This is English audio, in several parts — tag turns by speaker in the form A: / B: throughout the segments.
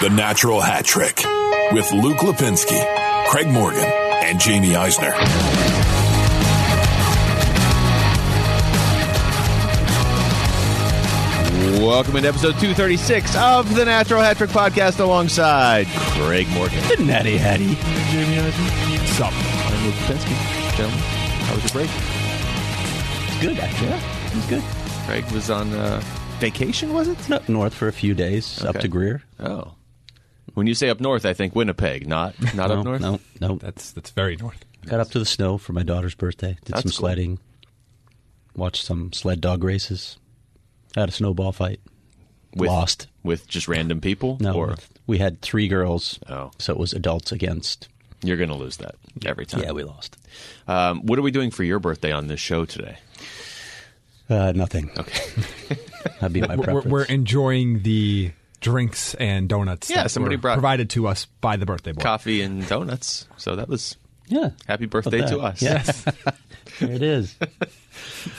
A: The Natural Hat Trick with Luke Lipinski, Craig Morgan, and Jamie Eisner.
B: Welcome into episode 236 of the Natural Hat Trick Podcast alongside Craig Morgan.
C: Good natty hattie.
B: Jamie Eisner. Sup? I'm Luke Lipinski. Gentlemen, how was your break?
C: It's good, actually. Yeah. It was good.
B: Craig was on uh, vacation, was it?
C: Been up north for a few days, up
B: Okay.
C: to Greer.
B: Oh. When you say up north, I think Winnipeg, not not
C: no,
B: up north.
C: No, no.
D: That's that's very north.
C: Got up to the snow for my daughter's birthday. Did
B: That's
C: some
B: cool.
C: sledding. Watched some sled dog races. Had a snowball fight.
B: With,
C: Lost.
B: With just random people?
C: No,
B: Or
C: we had three girls,
B: Oh.
C: so it was adults against.
B: you're going to lose that every time.
C: Yeah, we lost.
B: um, what are we doing for your birthday on this show today?
C: Uh, nothing.
B: Okay.
C: That'd be my
D: We're- We're,
C: preference.
D: we're enjoying the drinks and donuts.
B: Yeah,
D: that
B: somebody
D: were
B: brought-
D: provided to us by the birthday boy.
B: Coffee and donuts. So that was
C: yeah.
B: happy birthday
C: About
B: to
C: that.
B: us.
C: Yes. there it is.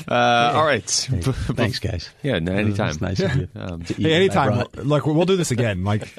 B: Uh, all right.
C: Thanks, guys. Uh,
B: Yeah, no, anytime. Um,
C: It's nice of you. to eat
D: Hey,
C: what I
D: anytime,
C: brought.
D: look, we'll do this again. Like,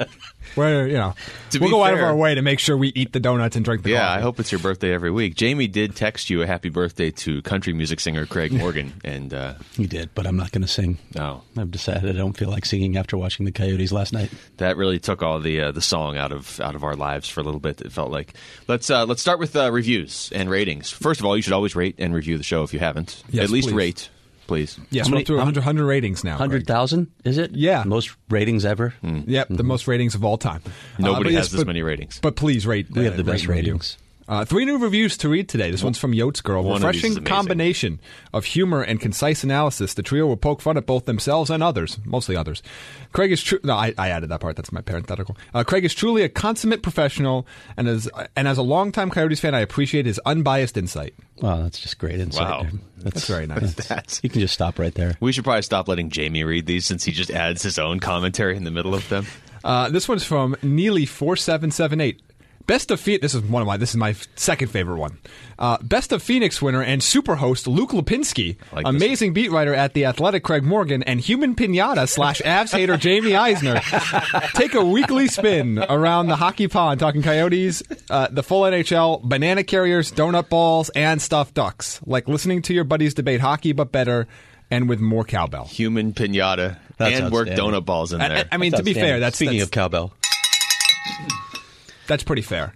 D: we're you know,
B: To
D: we'll
B: be
D: go out of
B: fair-
D: our way to make sure we eat the donuts and drink the
B: Yeah,
D: coffee.
B: I hope it's your birthday every week. Jamie did text you a happy birthday to country music singer Craig Morgan, and uh, oh,
C: You did, but I'm not going to sing.
B: no,
C: I've decided I don't feel like singing after watching the Coyotes last night.
B: that really took all the uh, the song out of out of our lives for a little bit. It felt like let's uh, let's start with uh, reviews and ratings. First of all, you should always rate and review the show if you haven't.
D: Yes,
B: At least
D: please.
B: rate, please.
D: Yes,
C: How
D: we're
C: many-
D: up to
C: how-
D: 100, 100 ratings now.
C: Hundred
D: Greg.
C: thousand, is it?
D: Yeah.
C: most ratings ever.
B: Hmm.
D: Yep, the most ratings of all time. Uh,
B: Mm-hmm. Nobody
D: but
B: has
D: yes,
B: this
D: but-
B: many ratings.
D: But please rate.
C: We have the best ratings.
D: Uh, three new reviews to read today. This one's from Yotes Girl.
B: One of these is
D: Refreshing
B: amazing.
D: combination of humor and concise analysis. The trio will poke fun at both themselves and others, mostly others. Craig is true. No, I, I added that part. That's my parenthetical. Uh, Craig is truly a consummate professional, and as and as a longtime Coyotes fan, I appreciate his unbiased insight.
C: Wow, that's just great insight.
B: Wow.
C: there. That's,
D: That's very nice.
B: That's
C: You can just stop right there.
B: we should probably stop letting Jamie read these since he just adds his own commentary in the middle of them.
D: Uh, this one's from Neely four seven seven eight. Best of Phoenix. This is one of my. This is my f- second favorite one. Uh, Best of Phoenix winner and super host Luke Lipinski,
B: like this
D: amazing beat writer at the Athletic Craig Morgan, and human pinata slash Avs hater Jamie Eisner take a weekly spin around the hockey pond, talking Coyotes, uh, the full NHL, banana carriers, donut balls, and stuffed ducks. Like listening to your buddies debate hockey, but better and with more cowbell.
B: Human pinata
C: That's
B: and work
C: outstanding.
B: donut balls in
D: I- I-
B: there.
D: I mean, to be fair, that's
C: speaking
D: that's,
C: of cowbell.
D: That's pretty fair.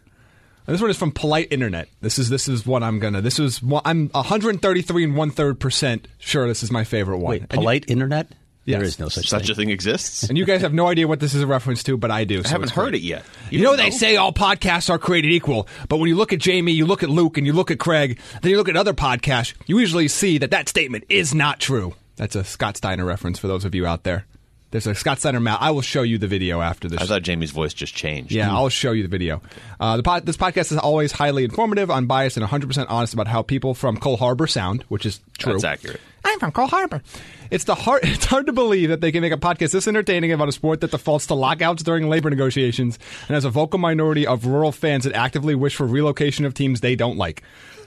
D: And this one is from Polite Internet. This is this is what I'm gonna. This is one, I'm 133 and one third percent sure this is my favorite one.
C: Wait,
D: and, you,
C: polite internet? There
D: Yes.
C: is no such,
B: such a
C: thing.
B: thing exists.
D: and you guys have no idea what this is a reference to, but I do.
B: I
D: so
B: haven't
D: it's
B: heard it
D: great.
B: yet.
D: You know they say all podcasts are created equal, but when you look at Jamie, you look at Luke, and you look at Craig, then you look at other podcasts, you usually see that that statement is not true. That's a Scott Steiner reference for those of you out there. There's a Scott Steiner mouth. I will show you the video after this.
B: I thought Jamie's voice just changed. Hmm.
D: Yeah, I'll show you the video. Uh, the pod, this podcast is always highly informative, unbiased, and 100% honest about how people from Cole Harbor sound, which is true.
B: That's accurate.
D: I'm from Cole Harbor. It's the hard, It's hard to believe that they can make a podcast this entertaining about a sport that defaults to lockouts during labor negotiations and has a vocal minority of rural fans that actively wish for relocation of teams they don't like.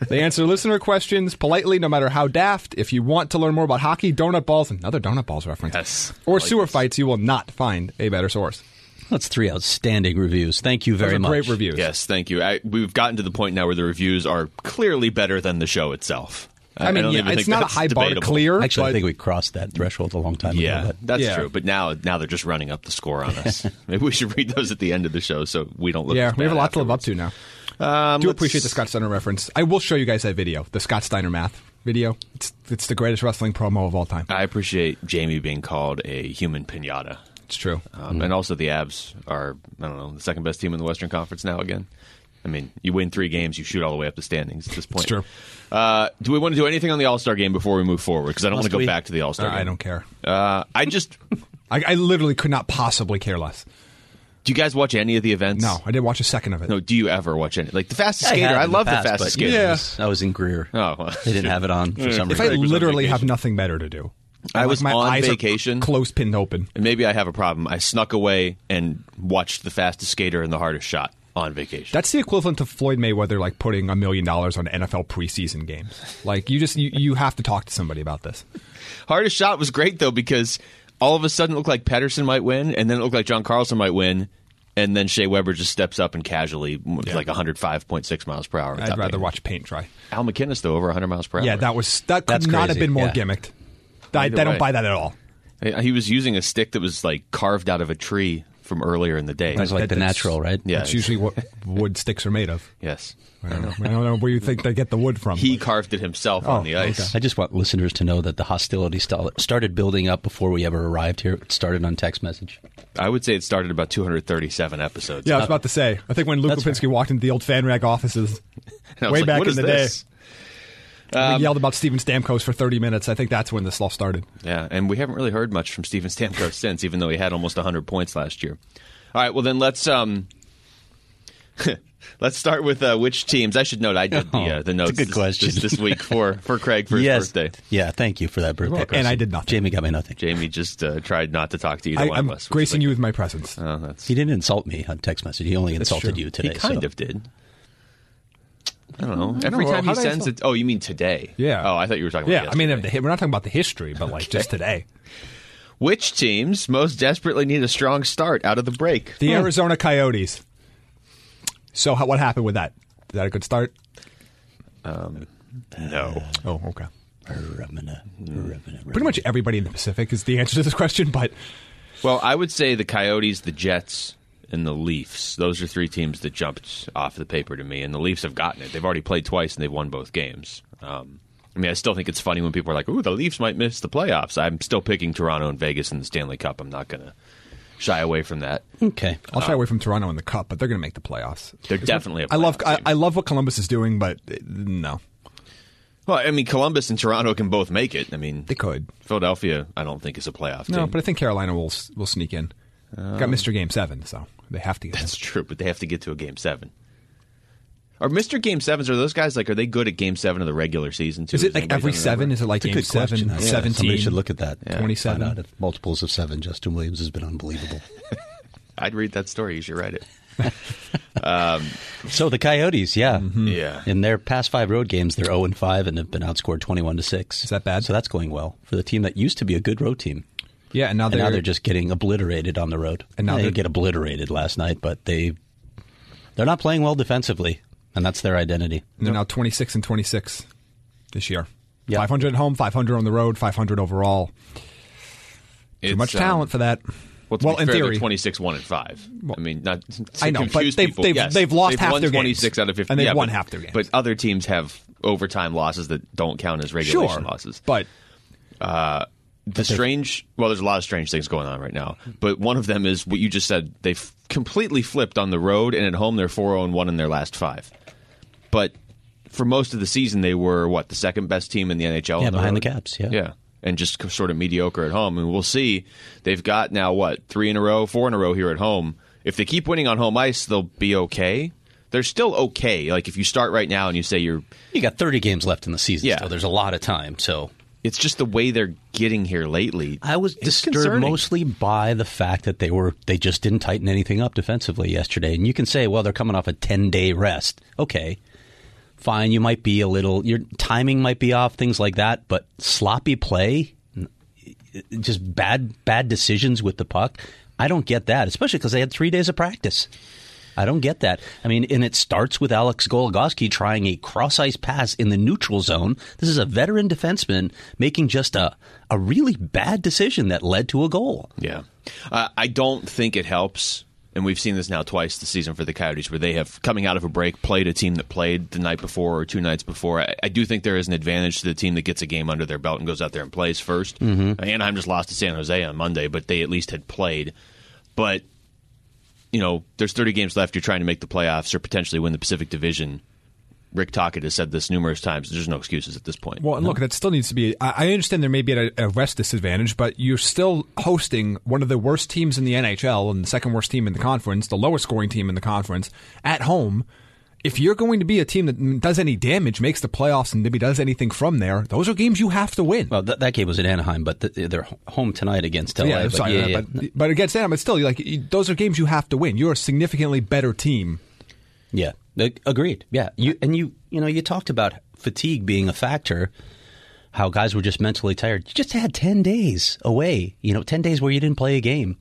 D: They answer listener questions politely, no matter how daft. If you want to learn more about hockey, donut balls, another donut balls reference,
B: Yes. I
D: or
B: like
D: sewer
B: this.
D: fights, you will not find a better source.
C: That's three outstanding reviews. Thank you
D: Those
C: very
D: are
C: much.
D: great reviews.
B: Yes, thank you. I, we've gotten to the point now where the reviews are clearly better than the show itself.
D: I mean,
B: don't
D: yeah,
B: even
D: it's
B: think
D: not a
B: that's
D: high bar to
B: debatable.
D: clear.
C: Actually,
D: but
C: I think we crossed that threshold a long time ago.
B: Yeah,
C: but-
B: that's
D: Yeah.
B: true. But now, now they're just running up the score on us. Maybe we should read those at the end of the show so we don't look.
D: yeah,
B: as
D: we have a
B: bad
D: lot to live up
B: afterwards. Um,
D: to now. Do appreciate the Scott Steiner reference. I will show you guys that video, the Scott Steiner math video. It's it's the greatest wrestling promo of all time.
B: I appreciate Jamie being called a human pinata,
D: It's true.
B: um, and also the Abs are I don't know the second best team in the Western Conference now again. I mean, you win three games, you shoot all the way up the standings at this point.
D: true.
B: Uh, do we want to do anything on the All Star game before we move forward? Because I don't want
C: Must
B: to go
C: we?
D: Uh,
B: back to the All Star.
D: I don't care.
B: Uh, I just
D: I, I literally could not possibly care less.
B: Do you guys watch any of the events?
D: No, I didn't watch a second of it.
B: No. Do you ever watch any? Like the fastest
C: I
B: skater.
C: have
B: I
C: in the
B: love
C: past,
B: the
C: but
B: fastest skater.
D: Yeah.
C: I was- I was in Greer.
B: Oh, well,
C: They didn't have it on for some
D: if
C: reason.
D: I
B: was on
D: literally have
B: vacation.
D: nothing better to do,
B: I was
D: like, my
B: on
D: eyes
B: vacation.
D: are close pinned open.
B: And maybe I have a problem. I snuck away and watched the fastest skater and the hardest shot on vacation.
D: That's the equivalent to Floyd Mayweather like putting a million dollars on NFL preseason games. Like you just you, you have to talk to somebody about this.
B: hardest shot was great though because all of a sudden it looked like Pedersen might win, and then it looked like John Carlson might win, and then Shea Weber just steps up and casually with like 105.6 miles per hour.
D: I'd
B: without
D: rather
B: making-
D: watch paint dry.
B: Al McInnes though over 100 miles per hour.
D: Yeah, that was that could
C: That's
D: not have
C: crazy,
D: been more
C: yeah.
D: gimmicked. I, I
B: Either
D: don't
B: way.
D: buy that at all.
B: He- he was using a stick that was like carved out of a tree from earlier in the day.
C: It was like
D: that-
C: the
D: that's-
C: natural, right?
B: Yeah.
D: That's usually what wood sticks are made of.
B: yes,
D: I don't know. I don't know where you think they get the wood from.
B: he
D: but-
B: carved it himself
D: Oh,
B: on the ice.
D: okay.
C: I just want listeners to know that the hostility sta- started building up before we ever arrived here. It started on text message.
B: I would say it started about 237 episodes.
D: yeah, I was about to say. I think when Luke
C: That's
D: Lipinski walked into the old fan rag offices
B: And I was
D: way
B: like,
D: back
B: what
D: in
B: is
D: the
B: this? Um,
D: day, we yelled about Steven Stamkos for 30 minutes. I think that's when this all started.
B: Yeah, and we haven't really heard much from Steven Stamkos since, even though he had almost 100 points last year. All right, well then let's um, let's start with uh, which teams. I should note I did the
C: Oh,
B: uh,
C: it's
B: the
C: a
B: notes
C: good
B: this-
C: question.
B: This, this week for for Craig for his birthday.
C: Yeah, thank you for that birthday.
D: And
C: present.
D: I did nothing.
C: Jamie got me nothing.
B: Jamie just uh, tried not to talk to either
D: I,
B: one
D: I'm
B: of us. which
D: gracing
B: is
D: you with my presence.
B: like- Oh, that's,
C: He didn't insult me on text message. He only insulted
D: true.
C: you
B: he
C: today.
B: kind
C: so-
B: of did. I don't know. Every
D: well,
B: time
D: how
B: he
D: did I
B: sends
D: insult-
B: it. Oh, you mean today?
D: Yeah.
B: Oh, I thought you were talking.
D: yeah,
B: about
D: I mean,
B: yesterday.
D: if the, we're not talking about the history, but like just today.
B: which teams most desperately need a strong start out of the break? Hmm.
D: The Arizona Coyotes. So how, what happened with that? Is that a good start?
C: Uh,
B: No. Hmm.
D: Oh, okay.
C: Pretty
D: Pretty much everybody in the Pacific is the answer to this question, but
B: Well, I would say the Coyotes, the Jets, and the Leafs. Those are three teams that jumped off the paper to me, and the Leafs have gotten it. They've already played twice and they've won both games. Um, I mean, I still think it's funny when people are like, "Ooh, the Leafs might miss the playoffs." I'm still picking Toronto and Vegas in the Stanley Cup. I'm not going to shy away from that.
C: Okay.
D: I'll shy away from Toronto in the Cup, but they're going to make the playoffs.
B: They're definitely. A
D: I love
B: playoff
D: I,
B: team.
D: I love what Columbus is doing, but uh, no,
B: well, I mean, Columbus and Toronto can both make it. I mean,
D: they could.
B: Philadelphia, I don't think is a playoff
D: No,
B: team.
D: but I think Carolina will s- will sneak in.
C: Oh.
D: Got Mr. Game Seven, so they have to get.
B: That's true, but they have to get to a game seven. Are Mr. Game Sevens, are those guys like, are they good at game seven of the regular season too?
D: Is it
B: Has
D: like
B: anybody
D: every
B: done a
D: seven?
B: number?
D: Is it like
C: It's a
D: game
C: good
D: seven,
C: question. I- yeah,
D: 17?
C: Somebody should look at that.
D: Yeah. 27.
C: Find out if multiples of seven. Justin Williams has been unbelievable.
B: I'd read that story. You should write it.
C: so the Coyotes, yeah,
D: Mm-hmm.
B: Yeah.
C: In their past five road games, they're zero and five and have been outscored twenty-one to six. Is
D: that bad?
C: So that's going well for the team that used to be a good road team.
D: Yeah, and now
C: And
D: they're,
C: now they're just getting obliterated on the road.
D: And now
C: they
D: they're-
C: get obliterated last night, but they they're not playing well defensively, and that's their identity.
D: they're now twenty six and twenty six this year.
C: Yeah.
D: Five hundred at home, five hundred on the road, five hundred overall. Too
B: It's,
D: much
B: um,
D: talent for that.
B: Well, to
D: well,
B: be
D: in
B: fair,
D: theory,
B: twenty six one and five. I mean, not. To
D: I know, but
B: confuse
D: they've-
B: people,
D: they've-
B: yes,
D: they've lost half
B: won
D: their games.
B: 26 out of fifty,
D: And they've
B: yeah,
D: won
B: but-
D: half their games.
B: But other teams have overtime losses that don't count as regulation
D: sure
B: loses.
D: but
B: the strange well there's a lot of strange things going on right now but one of them is what you just said they've completely flipped on the road and at home they're 4-0 and 1 in their last five but for most of the season they were what the second best team in the nhl on
C: Yeah,
B: the
C: behind the
B: road?
C: Caps, yeah.
B: yeah and just sort of mediocre at home and we'll see they've got now what three in a row four in a row here at home if they keep winning on home ice they'll be okay they're still okay like if you start right now and you say you're
C: You got thirty games left in the season,
B: Yeah.
C: so there's a lot of time. So
B: it's just the way they're getting here lately
C: I was
B: It's
C: disturbed
B: concerning.
C: mostly by the fact that they were they just didn't tighten anything up defensively yesterday. And you can say, well, they're coming off a ten day rest. Okay, fine. You might be a little your timing might be off, things like that. But sloppy play, n- just bad bad decisions with the puck. I don't get that, especially because they had three days of practice. I don't get that. I mean, and it starts with Alex Goligoski trying a cross ice pass in the neutral zone. This is a veteran defenseman making just a, a really bad decision that led to a goal.
B: Yeah. Uh, I don't think it helps. And we've seen this now twice this season for the Coyotes, where they have, coming out of a break, played a team that played the night before or two nights before. I, I do think there is an advantage to the team that gets a game under their belt and goes out there and plays 1st Mm-hmm. Anaheim just lost to San Jose on Monday, but they at least had played. But, you know, there's 30 games left. You're trying to make the playoffs or potentially win the Pacific Division Rick Tockett has said this numerous times. There's no excuses at this point.
D: Well, and look, that still needs to be. I, I understand there may be a, a rest disadvantage, but you're still hosting one of the worst teams in the NHL and the second worst team in the conference, the lowest scoring team in the conference at home. If you're going to be a team that does any damage, makes the playoffs, and maybe does anything from there, those are games you have to win.
C: Well, that, that game was in Anaheim, but th- they're home tonight against LA.
D: yeah, I'm
C: but
D: sorry,
C: yeah, yeah.
D: But, but against them, it's still like you- those are games you have to win. You're a significantly better team.
C: Yeah, Ag- agreed. Yeah, you and you you know you talked about fatigue being a factor, how guys were just mentally tired. You just had ten days away, you know, ten days where you didn't play a game.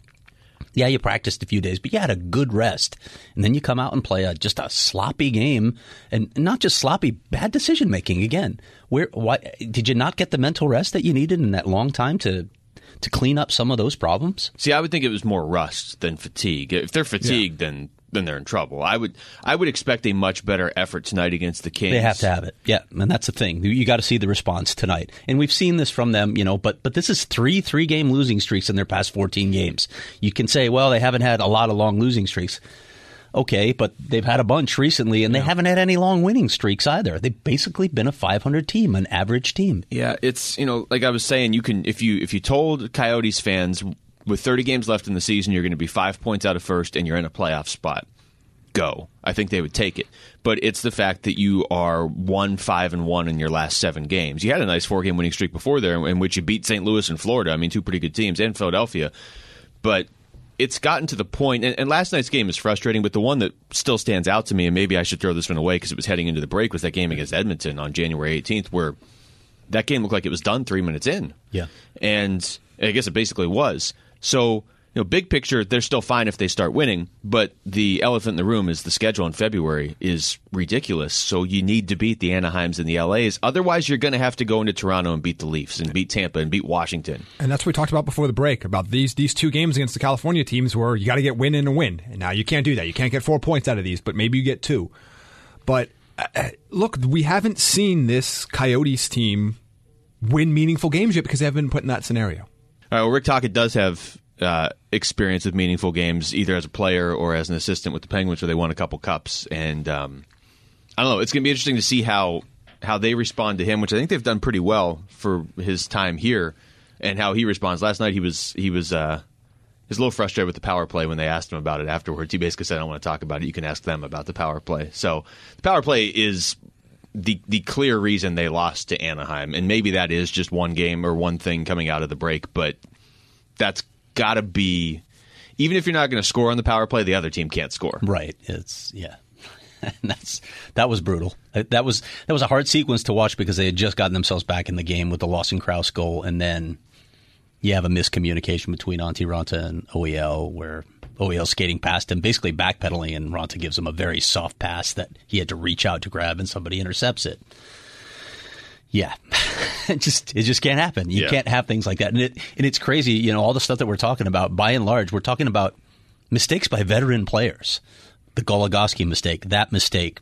C: Yeah, you practiced a few days, but you had a good rest, and then you come out and play a, just a sloppy game, and not just sloppy, bad decision making again. Where why did you not get the mental rest that you needed in that long time to to clean up some of those problems?
B: See, I would think it was more rust than fatigue. If they're fatigued, then then they're in trouble. I would I would expect a much better effort tonight against the Kings.
C: They have to have it. Yeah, and that's the thing. You got to see the response tonight. And we've seen this from them, you know, but but this is 3 3-game losing streaks in their past 14 games. You can say, well, they haven't had a lot of long losing streaks. Okay, but they've had a bunch recently and they haven't had any long winning streaks either. They've basically been a 500 team, an average team.
B: Yeah, it's you know, like I was saying, you can if you if you told Coyotes fans with 30 games left in the season, you're going to be five points out of first, and you're in a playoff spot. Go, I think they would take it. But it's the fact that you are one five and one in your last seven games. You had a nice four game winning streak before there, in which you beat St. Louis and Florida. I mean, two pretty good teams, and Philadelphia. But it's gotten to the point, and, and last night's game is frustrating. But the one that still stands out to me, and maybe I should throw this one away because it was heading into the break, was that game against Edmonton on January 18th, where that game looked like it was done three minutes in.
C: Yeah.
B: And I guess it basically was. So, you know, big picture, they're still fine if they start winning, but the elephant in the room is the schedule in February is ridiculous. So you need to beat the Anaheims and the LAs. Otherwise, you're going to have to go into Toronto and beat the Leafs and beat Tampa and beat Washington.
D: And that's what we talked about before the break about these these two games against the California teams where you got to get win and a win. And now you can't do that. You can't get four points out of these, but maybe you get two. But uh, uh, look, we haven't seen this Coyotes team win meaningful games yet because they haven't been put in that scenario.
B: All right, well, Rick Tockett does have uh, experience with meaningful games, either as a player or as an assistant with the Penguins, where they won a couple cups. And um, I don't know. It's going to be interesting to see how how they respond to him, which I think they've done pretty well for his time here, and how he responds. Last night, he was he was. Uh, he was a little frustrated with the power play when they asked him about it afterwards. He basically said, "I don't want to talk about it. You can ask them about the power play." So the power play is the the clear reason they lost to Anaheim, and maybe that is just one game or one thing coming out of the break. But that's got to be, even if you're not going to score on the power play, the other team can't score.
C: Right. It's yeah. And that's that was brutal. Uh, That was that was a hard sequence to watch because they had just gotten themselves back in the game with the Lawson Krause goal, and then you have a miscommunication between Auntie Ranta and OEL, where OEL's skating past him, basically backpedaling, and Ranta gives him a very soft pass that he had to reach out to grab, and somebody intercepts it. Yeah, it just it just can't happen. You
B: Yeah.
C: can't have things like that, and it and it's crazy. You know, all the stuff that we're talking about, by and large, we're talking about mistakes by veteran players. The Goligoski mistake, that mistake.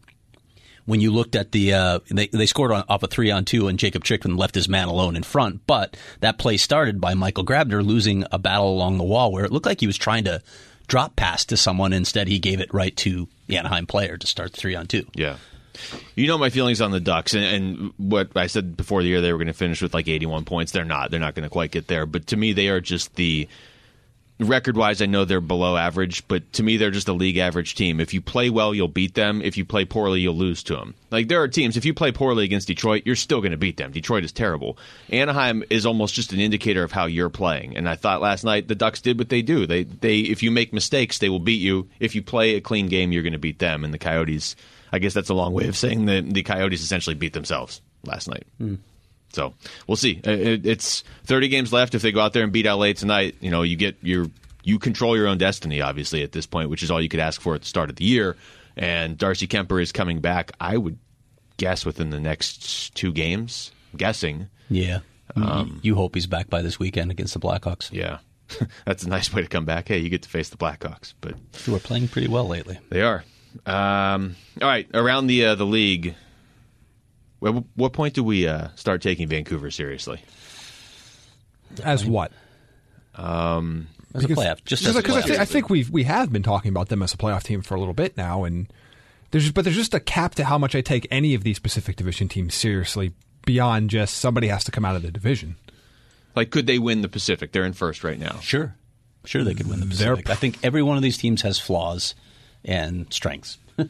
C: When you looked at the, uh, they, they scored on, off a three on two, and Jacob Chikrin left his man alone in front. But that play started by Michael Grabner losing a battle along the wall, where it looked like he was trying to drop pass to someone. Instead, he gave it right to the Anaheim player to start the three on two.
B: Yeah. You know my feelings on the Ducks, and, and what I said before the year they were going to finish with like 81 points. They're not. They're not going to quite get there. But to me, they are just the record wise. I know they're below average, but to me, they're just a league average team. If you play well, you'll beat them. If you play poorly, you'll lose to them. Like there are teams. If you play poorly against Detroit, you're still going to beat them. Detroit is terrible. Anaheim is almost just an indicator of how you're playing. And I thought last night the Ducks did what they do. They they if you make mistakes, they will beat you. If you play a clean game, you're going to beat them. And the Coyotes. I guess that's a long way of saying that the Coyotes essentially beat themselves last night. So we'll see. Uh, it- It's 30 games left. If they go out there and beat LA tonight, you know, you get your you control your own destiny, obviously, at this point, which is all you could ask for at the start of the year. And Darcy Kemper is coming back. I would guess within the next two games. I'm guessing,
C: Yeah, Um, you hope he's back by this weekend against the Blackhawks,
B: yeah, that's a nice way to come back. Hey, you get to face the Blackhawks, but
C: who are playing pretty well lately.
B: they are. Um, all right, around the uh, the league. Wh- What point do we uh, start taking Vancouver seriously?
D: As what?
C: As a playoff, just as a
D: Because I,
C: playoff.
D: think- I think we've we have been talking about them as a playoff team for a little bit now, and There's but there's just a cap to how much I take any of these Pacific Division teams seriously beyond just somebody has to come out of the division.
B: Like, could they win the Pacific? They're in first right now.
C: Sure, sure they could win the
D: They're-
C: Pacific. I think every one of these teams has flaws and strengths.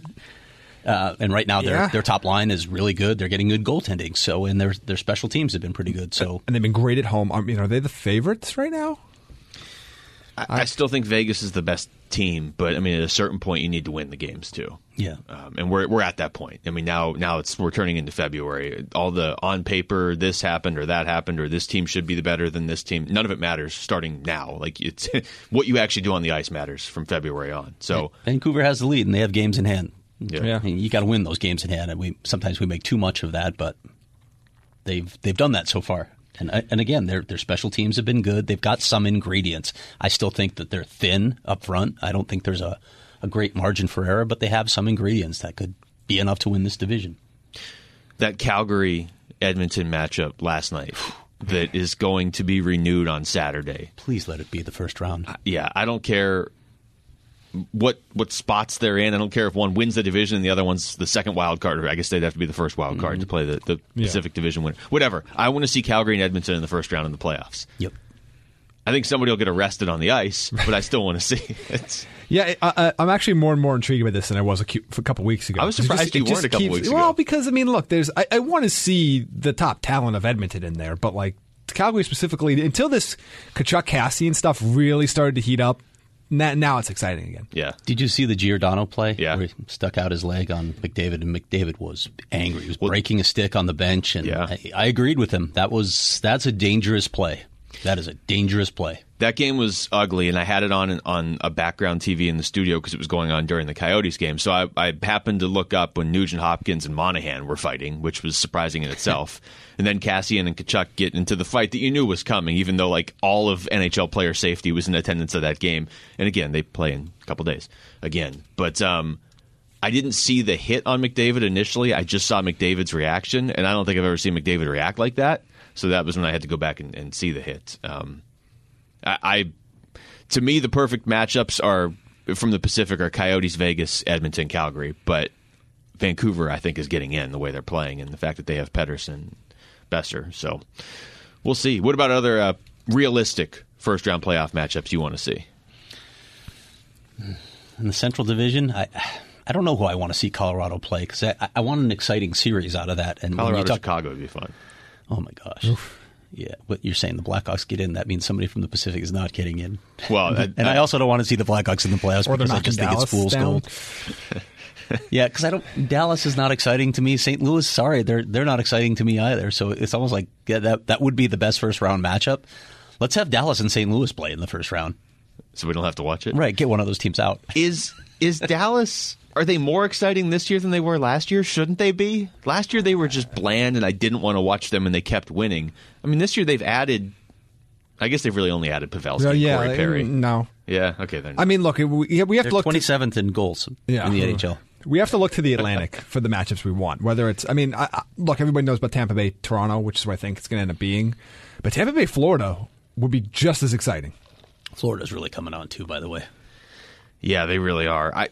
C: Uh, and right now, their
D: Yeah.
C: their top line is really good. They're getting good goaltending. So, and their their special teams have been pretty good. So,
D: And they've been great at home. Um, I mean, are they the favorites right now?
B: I, I still think Vegas is the best team, but I mean, at a certain point, you need to win the games too.
C: yeah,
B: um, and we're we're at that point. I mean, now now it's we're turning into February. All the on paper, this happened or that happened or this team should be the better than this team. None of it matters. Starting now, like it's what you actually do on the ice matters from February on. So
C: Vancouver has the lead, and they have games in hand.
B: yeah,
D: Yeah.
C: And you got to win those games in hand. And we sometimes we make too much of that, but they've they've done that so far. And I- and again, their their special teams have been good. They've got some ingredients. I still think that they're thin up front. I don't think there's a, a great margin for error, but they have some ingredients that could be enough to win this division.
B: that Calgary Edmonton matchup last night that is going to be renewed on Saturday.
C: Please let it be the first round.
B: yeah, I don't care what what spots they're in. I don't care if one wins the division and the other one's the second wild card. Or I guess they'd have to be the first wild card to play the, the Pacific Division winner. Whatever. I want to see Calgary and Edmonton in the first round in the playoffs.
C: Yep.
B: I think somebody will get arrested on the ice, but I still want to see it.
D: Yeah, I, I, I'm actually more and more intrigued by this than I was a, cu- a couple weeks ago.
B: I was
D: It just-
B: surprised
D: it
B: you
D: just
B: weren't a couple
D: keeps-
B: weeks ago.
D: Well, because I mean, look, there's I, I want to see the top talent of Edmonton in there, but like Calgary specifically, until this Kachuk Cassian stuff really started to heat up, na- now it's exciting again.
B: Yeah.
C: Did you see the Giordano play?
B: Yeah.
C: Where he stuck out his leg on McDavid, and McDavid was angry. He was
B: Well-
C: breaking a stick on the bench, and
B: Yeah.
C: I, I agreed with him. That was that's a dangerous play. That is a dangerous play.
B: That game was ugly, and I had it on on a background TV in the studio because it was going on during the Coyotes game. So I, I happened to look up when Nugent Hopkins and Monahan were fighting, which was surprising in itself. and then Cassian and Kachuk get into the fight that you knew was coming, even though like all of NHL player safety was in attendance of that game. And again, they play in a couple days again, but um, I didn't see the hit on McDavid initially. I just saw McDavid's reaction, and I don't think I've ever seen McDavid react like that. So that was when I had to go back and, and see the hit. Um, I, I to me the perfect matchups are from the Pacific are Coyotes, Vegas, Edmonton, Calgary, but Vancouver I think is getting in the way they're playing and the fact that they have Pedersen, Besser. So we'll see. What about other uh, realistic first round playoff matchups you want to see?
C: in the Central Division, I I don't know who I want to see Colorado play because I, I want an exciting series out of that. And when you
B: Colorado,
C: talk-
B: Chicago would be fun.
C: oh my gosh, yeah, what you're saying the Blackhawks get in? That means somebody from the Pacific is not getting in.
B: Well, I-
C: and I, also don't want to see the Blackhawks in the playoffs
D: Or they're
C: because I
D: knocking
C: just think
D: Dallas
C: it's fool's
D: down.
C: gold. yeah, because I don't. Dallas is not exciting to me. St. Louis, sorry, they're they're not exciting to me either. So it's almost like yeah, that that would be the best first round matchup. Let's have Dallas and St. Louis play in the first round.
B: So we don't have to watch it.
C: Right, get one of those teams out.
B: Is is Dallas are they more exciting this year than they were last year? Shouldn't they be? Last year they were just bland and I didn't want to watch them and they kept winning. I mean this year they've added I guess they've really only added Pavelski
D: So,
B: and
D: yeah,
B: Corey Perry.
D: no.
B: Yeah, okay then.
D: I mean, look, we, yeah, we have
C: They're
D: to look.
C: twenty
D: to-
C: seventh in goals
D: Yeah.
C: in the NHL.
D: We have to look to the Atlantic for the matchups we want. Whether it's, I mean, I, I, look, everybody knows about Tampa Bay, Toronto, which is where I think it's going to end up being. But Tampa Bay, Florida would be just as exciting.
C: Florida's really coming on too, by the way.
B: yeah, they really are. I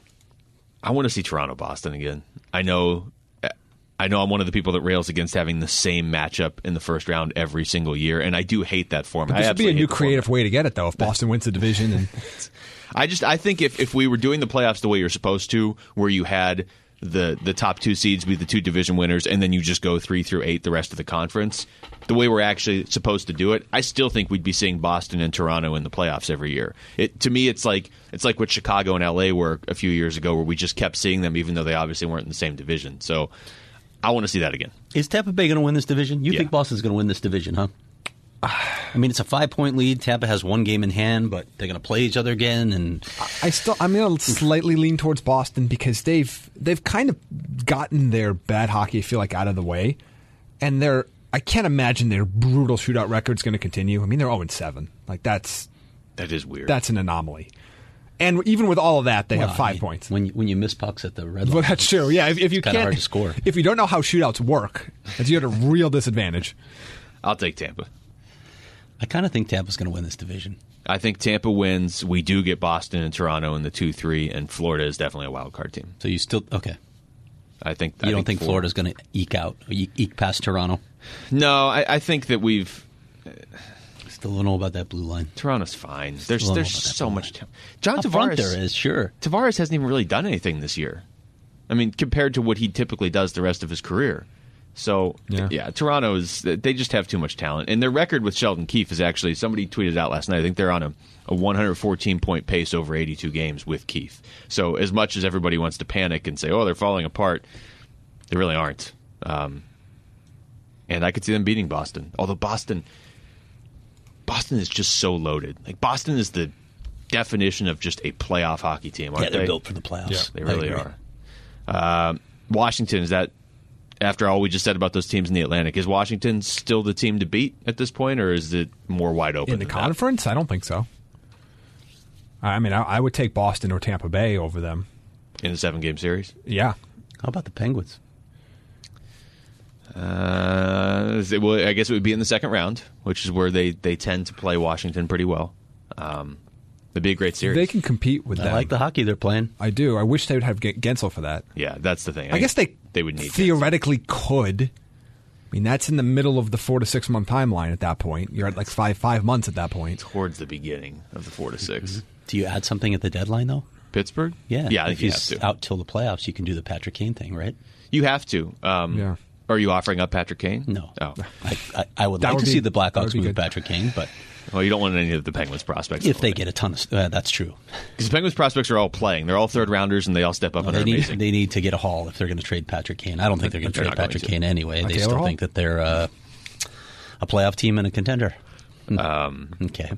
B: I want to see Toronto Boston again. I know I know I'm one of the people that rails against having the same matchup in the first round every single year, and I do hate that format.
D: This
B: I
D: would be a
B: absolutely
D: new
B: hate the format.
D: creative way to get it, though, if Boston wins the division. And
B: I just I think if, if we were doing the playoffs the way you're supposed to, where you had the the top two seeds be the two division winners, and then you just go three through eight the rest of the conference, the way we're actually supposed to do it, I still think we'd be seeing Boston and Toronto in the playoffs every year. It to me, it's like it's like what Chicago and LA were a few years ago, where we just kept seeing them, even though they obviously weren't in the same division. So I want to see that again.
C: Is Tampa Bay going to win this division? You
B: Yeah.
C: think Boston's going to win this division, huh? I mean, it's a five point lead. Tampa has one game in hand, but they're going to play each other again. And
D: I still, I'm going to slightly lean towards Boston because they've they've kind of gotten their bad hockey, I feel like, out of the way, and they're. I can't imagine their brutal shootout record's going to continue. I mean, they're 0 7. Like that's
B: That is weird.
D: that's an anomaly. And even with all of that, they have
C: Well,
D: five
C: uh, you-
D: points.
C: when you, when you miss pucks at the red line.
D: Well, that's true. Yeah, if, if you
C: It's kinda
D: can't
C: hard to score.
D: if you don't know how shootouts work, that's you at a real disadvantage.
B: I'll take Tampa.
C: I kind of think Tampa's going to win this division.
B: I think Tampa wins. We do get Boston and Toronto in the two three, and Florida is definitely a wild card team.
C: So you still okay?
B: I think
C: You
B: I
C: don't think,
B: Flor-
C: Florida's going to eke out, e- eke past Toronto?
B: No, I, I think that we've
C: Still don't know about that blue line.
B: Toronto's fine. There's
C: don't know
B: there's
C: about that
B: so
C: blue
B: much.
C: line.
B: ta- John
C: Up
B: Tavares
C: front there is sure.
B: Tavares hasn't even really done anything this year. I mean, compared to what he typically does the rest of his career. So yeah, Toronto is they just have too much talent, and their record with Sheldon Keefe is actually somebody tweeted out last night. I think they're on a, a 114 point pace over 82 games with Keefe. So as much as everybody wants to panic and say, "Oh, they're falling apart," they really aren't. Um, and I could see them beating Boston, although Boston, Boston is just so loaded. Like Boston is the definition of just a playoff hockey team. Aren't
C: Yeah, they're
B: they?
C: built for the playoffs.
B: They
C: I
B: really
C: agree.
B: are. Um Washington is that. After all we just said about those teams in the Atlantic, is Washington still the team to beat at this point, or is it more wide open?
D: in the
B: than that?
D: conference? I don't think so. I I mean, I, I would take Boston or Tampa Bay over them.
B: in the seven game series?
D: Yeah,
C: How about the Penguins?
B: Uh, is it, well, I guess it would be in the second round, which is where they, they tend to play Washington pretty well. Um, it'd be a great series.
D: they can compete with
C: I
D: them.
C: like the hockey they're playing.
D: I do. I wish they would have G- Gensel for that.
B: yeah, that's the thing.
D: I guess they
B: they would need
D: theoretically could. I mean, that's in the middle of the four to six month timeline at that point. You're at like five five months at that point.
B: that towards the beginning of the four to 6
C: Do you add something at the deadline though?
B: Pittsburgh,
C: Yeah,
B: yeah, I
C: If
B: think you have
C: he's
B: to.
C: out till the playoffs, you can do the Patrick Kane thing, right?
B: You have to. Um,
D: Yeah.
B: Are you offering up Patrick Kane?
C: No,
B: Oh.
C: I, I, I would
D: That
C: like
D: would
C: to
D: be-
C: see the
D: that would
C: Blackhawks
D: be
C: move
D: good.
C: Patrick Kane, but
B: Well, you don't want any of the Penguins prospects
C: if they get a ton of uh, that's true.
B: because the Penguins prospects are all playing. They're all third rounders, and they all step up and
C: they
B: are
C: need
B: amazing.
C: they need to get a haul if they're going to trade Patrick Kane. I don't think they're going to
B: They're
C: trade
B: not going
C: Patrick
B: to.
C: Kane anyway. they
D: Taylor
C: still
D: Hall?
C: think that they're uh, a playoff team and a contender. Um, okay.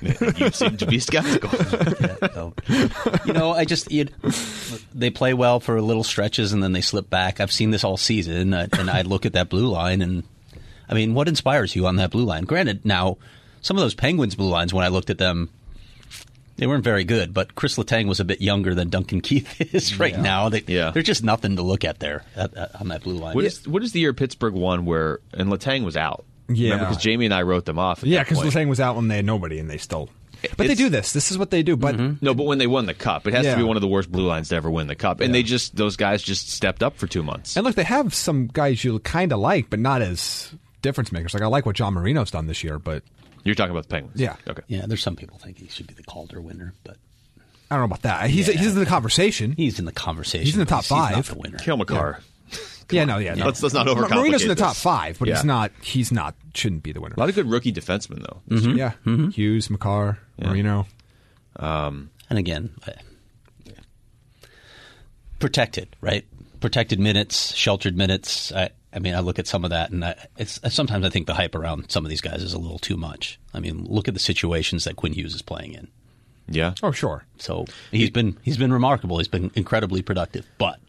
B: you seem to be skeptical.
C: Yeah, so- you know, I just you they play well for little stretches and then they slip back. I've seen this all season, uh, and I look at that blue line, and I mean, what inspires you on that blue line? Granted, now some of those Penguins blue lines, when I looked at them, they weren't very good. But Chris Letang was a bit younger than Duncan Keith is right now. They,
B: Yeah.
C: they're just nothing to look at there at, at, on that blue line.
B: What is what is the year Pittsburgh won where and Latang was out?
D: Yeah.
B: because Jamie and I wrote them off. At
D: Yeah,
B: that
D: because
B: point.
D: Letang was out when they had nobody and they still. But they
B: It's-
D: do this. This is what they do. But
B: No, but when they won the cup, it has
D: Yeah.
B: to be one of the worst blue lines to ever win the cup, and they just those guys just stepped up for two months.
D: and look, they have some guys you kind of like, but not as difference makers. Like I like what John Marino's done this year, but
B: You're talking about the Penguins,
D: Yeah.
B: Okay,
C: yeah, there's some people think he should be the Calder winner, but
D: I don't know about that. He's he's in the conversation.
C: he's in the conversation.
D: He's in the top
C: but not
D: five.
C: the winner.
B: Kale McCarr.
D: yeah, no, yeah. No.
B: Let's- let's not
D: Ma- Marino's in the
B: overcomplicate
D: top
B: this.
D: five, but
B: Yeah.
D: he's not. He's not. Shouldn't be the winner.
B: A lot of good rookie defensemen though.
D: Yeah,
B: Mm-hmm.
D: Hughes, McCarr, Marino.
C: And again, I, protected, right? Protected minutes, sheltered minutes. I, I mean, I look at some of that, and I, it's sometimes I think the hype around some of these guys is a little too much. I mean, look at the situations that Quinn Hughes is playing in.
B: Yeah,
D: Oh, sure.
C: So he's been he's been remarkable. He's been incredibly productive, but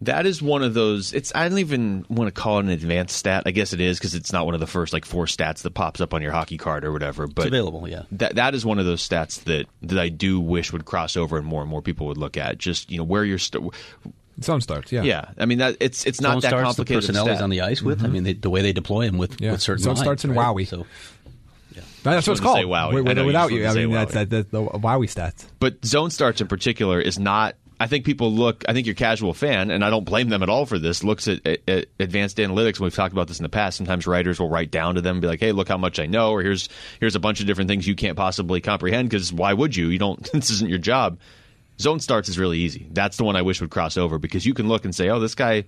B: That is one of those. It's I don't even want to call it an advanced stat. I guess it is because it's not one of the first like four stats that pops up on your hockey card or whatever. But
C: it's available. Yeah,
B: that that is one of those stats that that I do wish would cross over and more and more people would look at. Just you know where you're. St-
D: Some starts. Yeah.
B: yeah, I mean that it's it's not
C: Zone
B: that
C: starts
B: complicated.
C: The personnel
B: stat.
C: he's on the ice with. I mean, the, the way they deploy him with,
D: Mm-hmm. Yeah.
C: with certain
D: Zone
C: lines,
D: starts in
C: right?
D: Wowie.
C: So
D: No, that's what it's
B: Just wanted
D: called.
B: to say Wowie.
D: Wi-
B: I know, you
D: without
B: just
D: you, I
B: wanted to
D: mean,
B: say
D: that's
B: Wowie.
D: that, that, the Wowie stats.
B: but zone starts in particular is not. I think people look. I think your casual fan, and I don't blame them at all for this. Looks at, at, at advanced analytics, and we've talked about this in the past. Sometimes writers will write down to them, and be like, "Hey, look how much I know," or "Here's here's a bunch of different things you can't possibly comprehend because why would you? You don't. This isn't your job." Zone starts is really easy. That's the one I wish would cross over because you can look and say, "Oh, this guy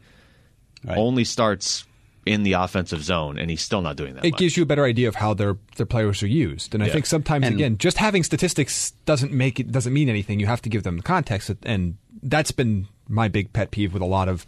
C: Right.
B: only starts in the offensive zone, and he's still not doing that."
D: It
B: much.
D: gives you a better idea of how their their players are used, and I
B: Yeah.
D: think sometimes
C: And-
D: again, just having statistics doesn't make it doesn't mean anything. You have to give them the context, and that's been my big pet peeve with a lot of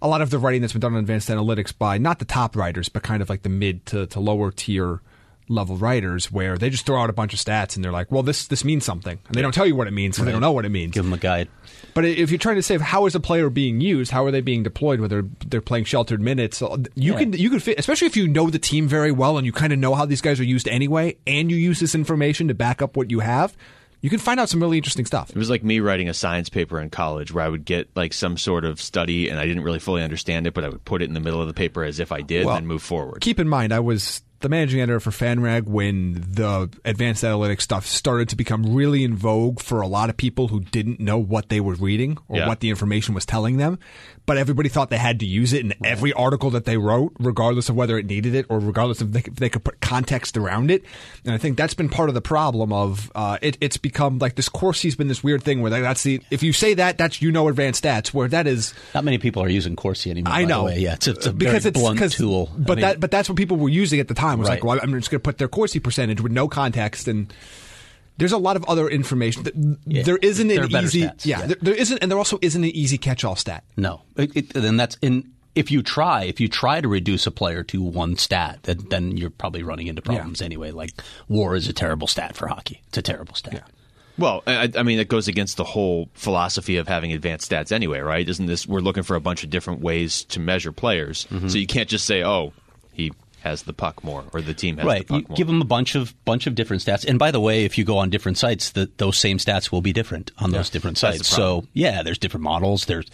D: a lot of the writing that's been done on advanced analytics by not the top writers, but kind of like the mid to, to lower tier level writers, where they just throw out a bunch of stats and they're like, "Well, this this means something," and they don't tell you what it means because they don't know what it means.
C: give him a guide.
D: But if you're trying to say how is a player being used, how are they being deployed, whether they're playing sheltered minutes, you can you could fit, especially if you know the team very well and you kind of know how these guys are used anyway, and you use this information to back up what you have, you can find out some really interesting stuff.
B: It was like me writing a science paper in college where I would get like some sort of study and I didn't really fully understand it, but I would put it in the middle of the paper as if I did
D: Well,
B: and then move forward.
D: Keep in mind, I was the managing editor for FanRag when the advanced analytics stuff started to become really in vogue for a lot of people who didn't know what they were reading or
B: Yeah.
D: what the information was telling them. But everybody thought they had to use it in every article that they wrote, regardless of whether it needed it or regardless of they, if they could put context around it. And I think that's been part of the problem of uh, it, it's become like this Corsi's been this weird thing where like, that's the if you say that that's you know advanced stats where that is
C: Not many people are using Corsi anymore. Oh, by
D: I
C: the
D: know.
C: way. Yeah, it's, it's a
D: because
C: very
D: it's
C: blunt
D: 'cause-
C: tool. I
D: But
C: mean,
D: that but that's what people were using at the time. was
C: Right.
D: like, well, I'm just going to put their Corsi percentage with no context and. There's a lot of other information. Th-
C: Yeah.
D: There isn't
C: There are
D: an
C: better
D: easy,
C: stats.
D: yeah.
C: Yeah.
D: There, there isn't, and there also isn't an easy catch-all stat.
C: no. It, it, then that's in. If you try, if you try to reduce a player to one stat, then, then you're probably running into problems anyway. Like WAR is a terrible stat for hockey. It's a terrible stat.
B: Well, I, I mean, it goes against the whole philosophy of having advanced stats anyway, right? Isn't this we're looking for a bunch of different ways to measure players, so you can't just say, "Oh, he has the puck more," or "the team has
C: right.
B: the
C: You
B: puck more."
C: give them a bunch of bunch of different stats. And by the way, if you go on different sites, the, those same stats will be different on those different
B: That's the
C: sites. So yeah, there's different models. There's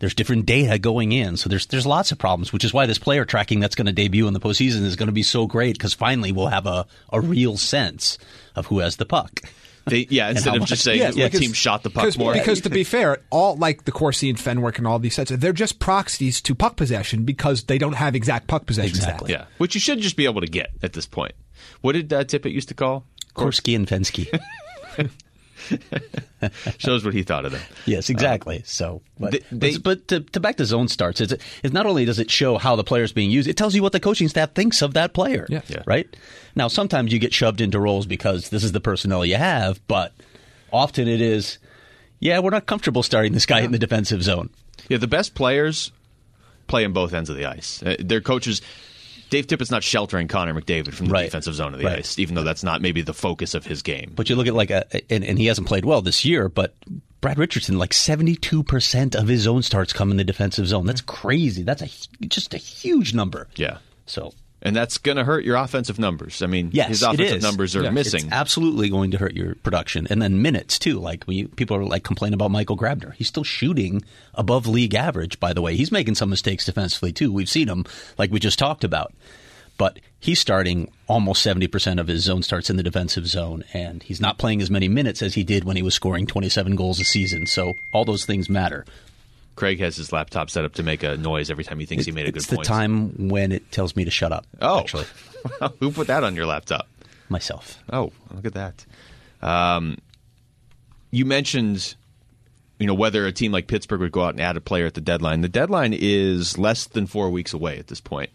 C: there's different data going in. So there's there's lots of problems, which is why this player tracking that's going to debut in the postseason is going to be so great because finally we'll have a, a real sense of who has the puck.
B: They- yeah, instead
C: how
B: of
C: much-
B: just saying
D: Yeah,
B: what team shot the puck
D: because,
B: more.
D: Because to be fair, all like the Corsi and Fenwick and all these sets, they're just proxies to puck possession because they don't have exact puck possession
C: Exactly.
D: stats.
B: yeah, which you should just be able to get at this point. What did uh, Tippett used to call?
C: Korsky and Fensky.
B: Shows what he thought of them.
C: Yes, exactly. so, but,
B: Um, they-
C: but-
B: they-
C: but to, to back to zone starts, it's, it's not only does it show how the player is being used, it tells you what the coaching staff thinks of that player.
D: Yeah. Yeah.
C: Right? Now, sometimes you get shoved into roles because this is the personnel you have, but often it is, yeah, we're not comfortable starting this guy in the defensive zone.
B: Yeah, the best players play on both ends of the ice. Uh, their coaches, Dave Tippett's not sheltering Connor McDavid from the
C: Right.
B: defensive zone of the
C: Right.
B: ice, even though that's not maybe the focus of his game.
C: But you look at like a, and, and he hasn't played well this year, but Brad Richardson, like 72% of his zone starts come in the defensive zone. That's crazy. That's a, hu- just a huge number.
B: yeah.
C: So
B: And that's going to hurt your offensive numbers. I mean,
C: Yes,
B: his
C: it
B: offensive
C: is.
B: numbers are
D: Yeah.
B: missing.
C: It's absolutely going to hurt your production, and then minutes too. Like when you, people are like complaining about Michael Grabner, he's still shooting above league average. By the way, he's making some mistakes defensively too. We've seen him, like we just talked about, but he's starting almost seventy percent of his zone starts in the defensive zone, and he's not playing as many minutes as he did when he was scoring twenty-seven goals a season. So all those things matter.
B: Craig has his laptop set up to make a noise every time he thinks he made a good
C: it's
B: point.
C: the time when it tells me to shut up.
B: oh,
C: actually,
B: who put that on your laptop?
C: myself.
B: Oh, look at that. Um, you mentioned, you know, whether a team like Pittsburgh would go out and add a player at the deadline. The deadline is less than four weeks away at this point,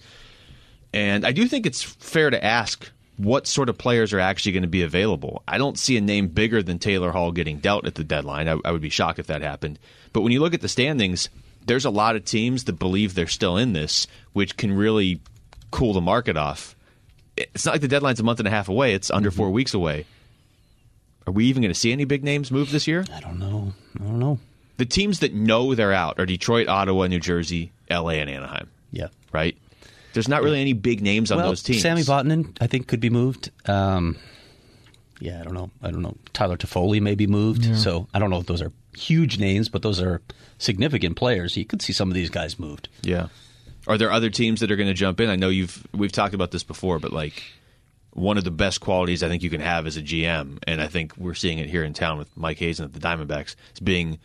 B: and I do think it's fair to ask what sort of players are actually going to be available. I don't see a name bigger than Taylor Hall getting dealt at the deadline. I, I would be shocked if that happened. But when you look at the standings, there's a lot of teams that believe they're still in this, which can really cool the market off it's not like the deadline's a month and a half away. It's
C: Mm-hmm.
B: under four weeks away. Are we even going to see any big names move this year?
C: I don't know. I don't know.
B: The teams that know they're out are Detroit, Ottawa, New Jersey, LA, and Anaheim,
C: Yeah.
B: right? There's not really any big names on
C: well,
B: those teams.
C: Sammy Vatanen, I think, could be moved. Um, yeah, I don't know. I don't know. Tyler Toffoli may be moved. So I don't know if those are huge names, but those are significant players. You could see some of these guys moved.
B: Yeah. Are there other teams that are going to jump in? I know you've we've talked about this before, but like one of the best qualities I think you can have as a GM, and I think we're seeing it here in town with Mike Hazen at the Diamondbacks, is being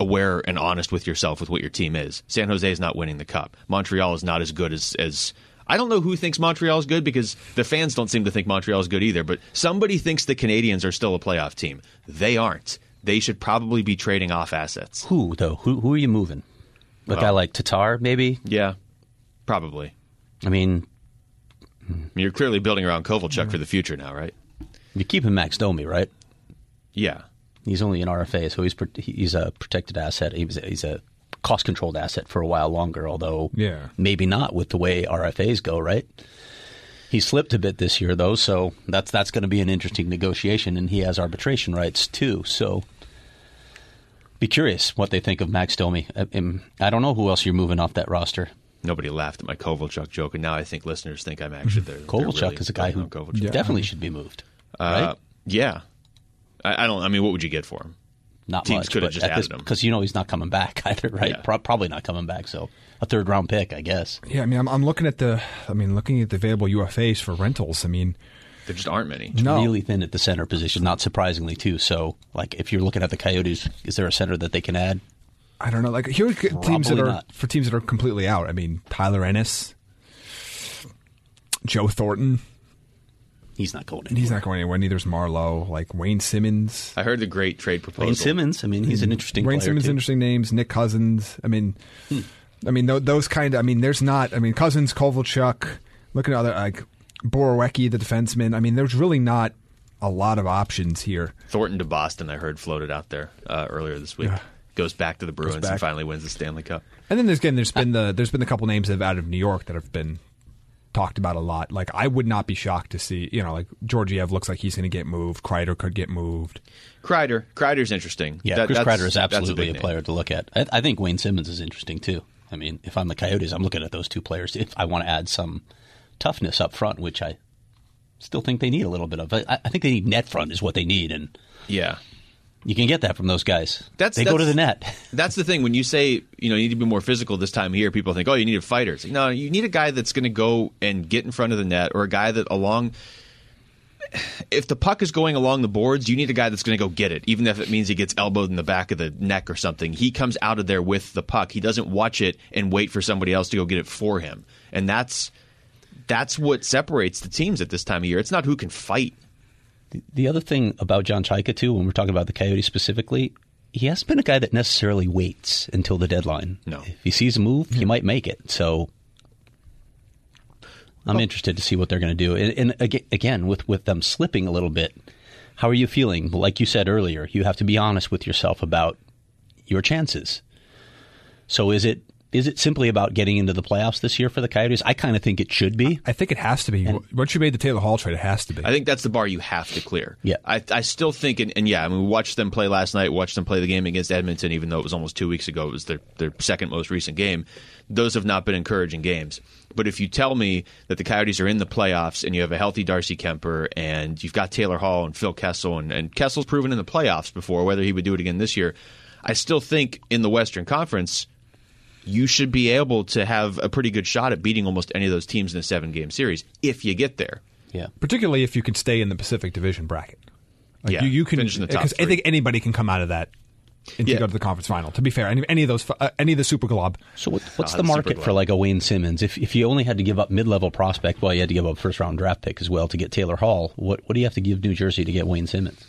B: aware and honest with yourself with what your team is. San Jose is not winning the cup. Montreal is not as good as as I don't know who thinks Montreal is good because the fans don't seem to think Montreal is good either, but somebody thinks the Canadians are still a playoff team. They aren't. They should probably be trading off assets.
C: Who though? Who who are you moving? A guy like Tatar, maybe.
B: Yeah. Probably.
C: I mean,
B: I mean, you're clearly building around Kovalchuk for the future now, right?
C: you keep him Max Domi, right?
B: Yeah.
C: He's only an RFA, so he's pro- he's a protected asset. He was he's a cost controlled asset for a while longer, although
D: Yeah.
C: maybe not with the way RFAs go, right? He slipped a bit this year though, so that's that's going to be an interesting negotiation and he has arbitration rights too. So be curious what they think of Max Domi. I, I'm- I don't know who else you're moving off that roster.
B: Nobody laughed at my Kovalchuk joke, and now I think listeners think I'm actually there.
C: Kovalchuk is a guy who
B: Kovalchuk.
C: definitely should be moved.
B: Uh,
C: right?
B: yeah. I, I don't. I mean, what would you get for him?
C: Not
B: Teams
C: much.
B: could have
C: but
B: just
C: at
B: added him.
C: because you know he's not coming back either, right?
B: Yeah.
C: Pro- probably not coming back. So a third round pick, I guess.
D: Yeah, I mean, I'm, I'm looking at the, I mean, looking at the available UFAs for rentals. I mean,
B: There just aren't many.
D: no,
C: Really thin at the center position, not surprisingly too. So like if you're looking at the Coyotes, is there a center that they can add?
D: I don't know. Like here are g- teams that
C: Probably
D: are
C: not.
D: for teams that are completely out. I mean, Tyler Ennis, Joe Thornton,
C: He's not going.
D: and
C: Anywhere.
D: he's not going anywhere. Neither's Marlowe. Like Wayne Simmons.
B: I heard the great trade proposal.
C: Wayne Simmons. I mean, he's an interesting.
D: Wayne
C: player,
D: Simmons,
C: too. Hmm.
D: interesting names. Nick Cousins. I mean, I mean tho- those kind. of I mean, there's not. I mean, Cousins, Kovalchuk. Looking at other like Borowecki, the defenseman. I mean, there's really not a lot of options here.
B: Thornton to Boston, I heard floated out there uh, earlier this week.
D: Yeah.
B: Goes back to the Bruins
D: back.
B: and finally wins the Stanley Cup.
D: And then there's again,
B: Uh,
D: there's been the there's been a couple names that have out of New York that have been talked about a lot. Like I would not be shocked to see, you know, like Georgiev looks like he's going to get moved. Kreider could get moved.
B: Kreider. Kreider's interesting.
C: Yeah,
B: That-
C: Chris
B: that's-
C: Kreider is
B: that's
C: absolutely
B: big
C: a,
B: name.
C: player to look at. I, I think Wayne Simmons is interesting too. I mean, if I'm the Coyotes, I'm looking at those two players. If I want to add some toughness up front, which I still think they need a little bit of, I, I think they need net front is what they need, and
B: Yeah.
C: you can get that from those guys.
B: That's-
C: they go to
B: that's-
C: the net.
B: That's the thing. When you say you know you need to be more physical this time of year, people think, oh, you need a fighter. It's like, no, you need a guy that's going to go and get in front of the net, or a guy that along. If the puck is going along the boards, you need a guy that's going to go get it, even if it means he gets elbowed in the back of the neck or something. He comes out of there with the puck. He doesn't watch it and wait for somebody else to go get it for him. And that's that's what separates the teams at this time of year. It's not who can fight.
C: The other thing about John Chaika too, when we're talking about the Coyotes specifically, he hasn't been a guy that necessarily waits until the deadline.
B: No.
C: if he sees a move, he might make it. So. I'm interested to see what they're going to do. And, and aga- again, with, with them slipping a little bit, how are you feeling? Like you said earlier, you have to be honest with yourself about your chances. So is it is it simply about getting into the playoffs this year for the Coyotes? I kind of think it should be.
D: I think it has to be. Once you made the Taylor Hall trade, it has to be.
B: I think that's the bar you have to clear.
C: Yeah.
B: I, I still think, and, and yeah, I mean, we watched them play last night, watched them play the game against Edmonton, even though it was almost two weeks ago. It was their, their second most recent game. Those have not been encouraging games. But if you tell me that the Coyotes are in the playoffs and you have a healthy Darcy Kemper and you've got Taylor Hall and Phil Kessel, and, and Kessel's proven in the playoffs before, whether he would do it again this year, I still think in the Western Conference, you should be able to have a pretty good shot at beating almost any of those teams in a seven game series if you get there.
C: Yeah.
D: Particularly if you can stay in the Pacific Division bracket. Like
B: Yeah,
D: you, you can
B: finish in the top
D: 'cause I
B: three.
D: think anybody can come out of that and
B: Yeah.
D: go to the conference final. To be fair, any, any of those, uh, any of the Super Glob.
C: So what, what's
B: Ah,
C: the
B: that's super
C: market
B: glad.
C: for like a Wayne Simmons? If if you only had to give up mid level prospect, well, you had to give up first round draft pick as well to get Taylor Hall. What what do you have to give New Jersey to get Wayne Simmons?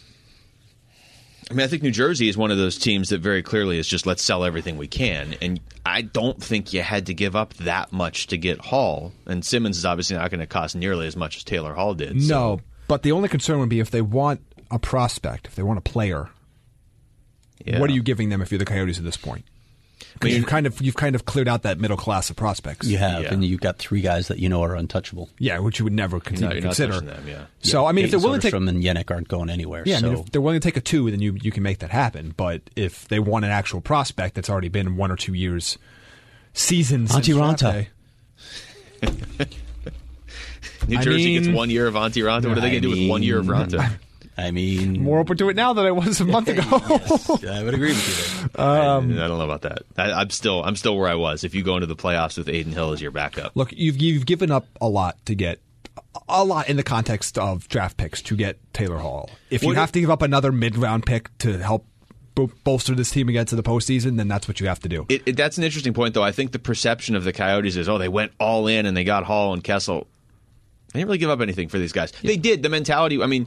B: I mean, I think New Jersey is one of those teams that very clearly is just let's sell everything we can. And I don't think you had to give up that much to get Hall. And Simmons is obviously not going to cost nearly as much as Taylor Hall did. so-
D: No, but the only concern would be if they want a prospect, if they want a player.
B: Yeah.
D: What are you giving them if you're the Coyotes at this point? 'Cause
B: mean-
D: you've kind of you've kind of cleared out that middle class of prospects.
C: You have,
B: Yeah.
C: and you've got three guys that you know are untouchable.
D: Yeah, which you would never con-
B: No, you're not
D: consider.
B: touching them, yeah.
D: So I mean, if they're willing to take,
C: from and Yannick aren't going anywhere.
D: yeah,
C: so
D: I mean, if they're willing to take a two, then you you can make that happen. But if they want an actual prospect that's already been one or two years, seasons, since
C: Antti
D: draft
C: Raanta.
D: day-
B: New
D: I
B: Jersey
D: mean-
B: gets one year of Auntie Ronta. What are they
C: I
B: going to do with one year of
C: mean-
B: Ronta?
C: I mean,
D: more open to it now than I was a month ago.
C: I would agree with you. There.
D: Um,
B: I, I don't know about that. I, I'm still I'm still where I was. If you go into the playoffs with Aiden Hill as your backup,
D: Look, you've you've given up a lot to get a lot in the context of draft picks to get Taylor Hall. If you
B: What-
D: have to give up another mid round pick to help bo- bolster this team against the postseason, then that's what you have to do.
B: It, it, that's an interesting point, though. I think the perception of the Coyotes is, oh, they went all in and they got Hall and Kessel. They didn't really give up anything for these guys. They did. The mentality. I mean,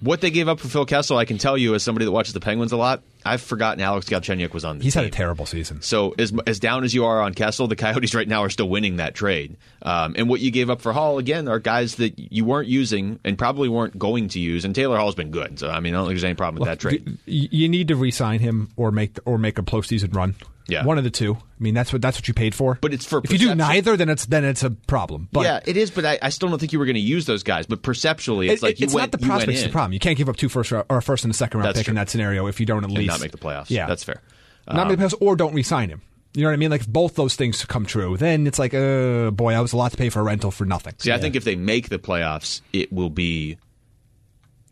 B: what they gave up for Phil Kessel, I can tell you as somebody that watches the Penguins a lot. I've forgotten Alex Galchenyuk was on the
D: He's
B: team.
D: had a terrible season.
B: So as as down as you are on Kessel, the Coyotes right now are still winning that trade. Um, and what you gave up for Hall again are guys that you weren't using and probably weren't going to use. And Taylor Hall's been good, so I mean I don't think there's any problem with that trade.
D: Y- You need to re-sign him or make the, or make a postseason run.
B: Yeah.
D: one of the two. I mean, that's what that's what you paid for.
B: But it's for
D: if you do
B: perception.
D: neither, then it's then it's a problem. But
B: yeah, it is, but I, I still don't think you were going to use those guys. But perceptually, it's
D: it-
B: like you
D: it's
B: went.
D: not the
B: you went
D: prospects the
B: in.
D: problem. You can't give up two first round, or a first and a second round
B: That's
D: pick in
B: true.
D: that scenario if you don't at
B: and
D: least
B: not make the playoffs.
D: Yeah,
B: that's fair. Um,
D: not make the playoffs or don't re-sign him. You know what I mean? Like if both those things come true, then it's like, uh, boy, I was a lot to pay for a rental for nothing.
B: See, I think if they make the playoffs, it will be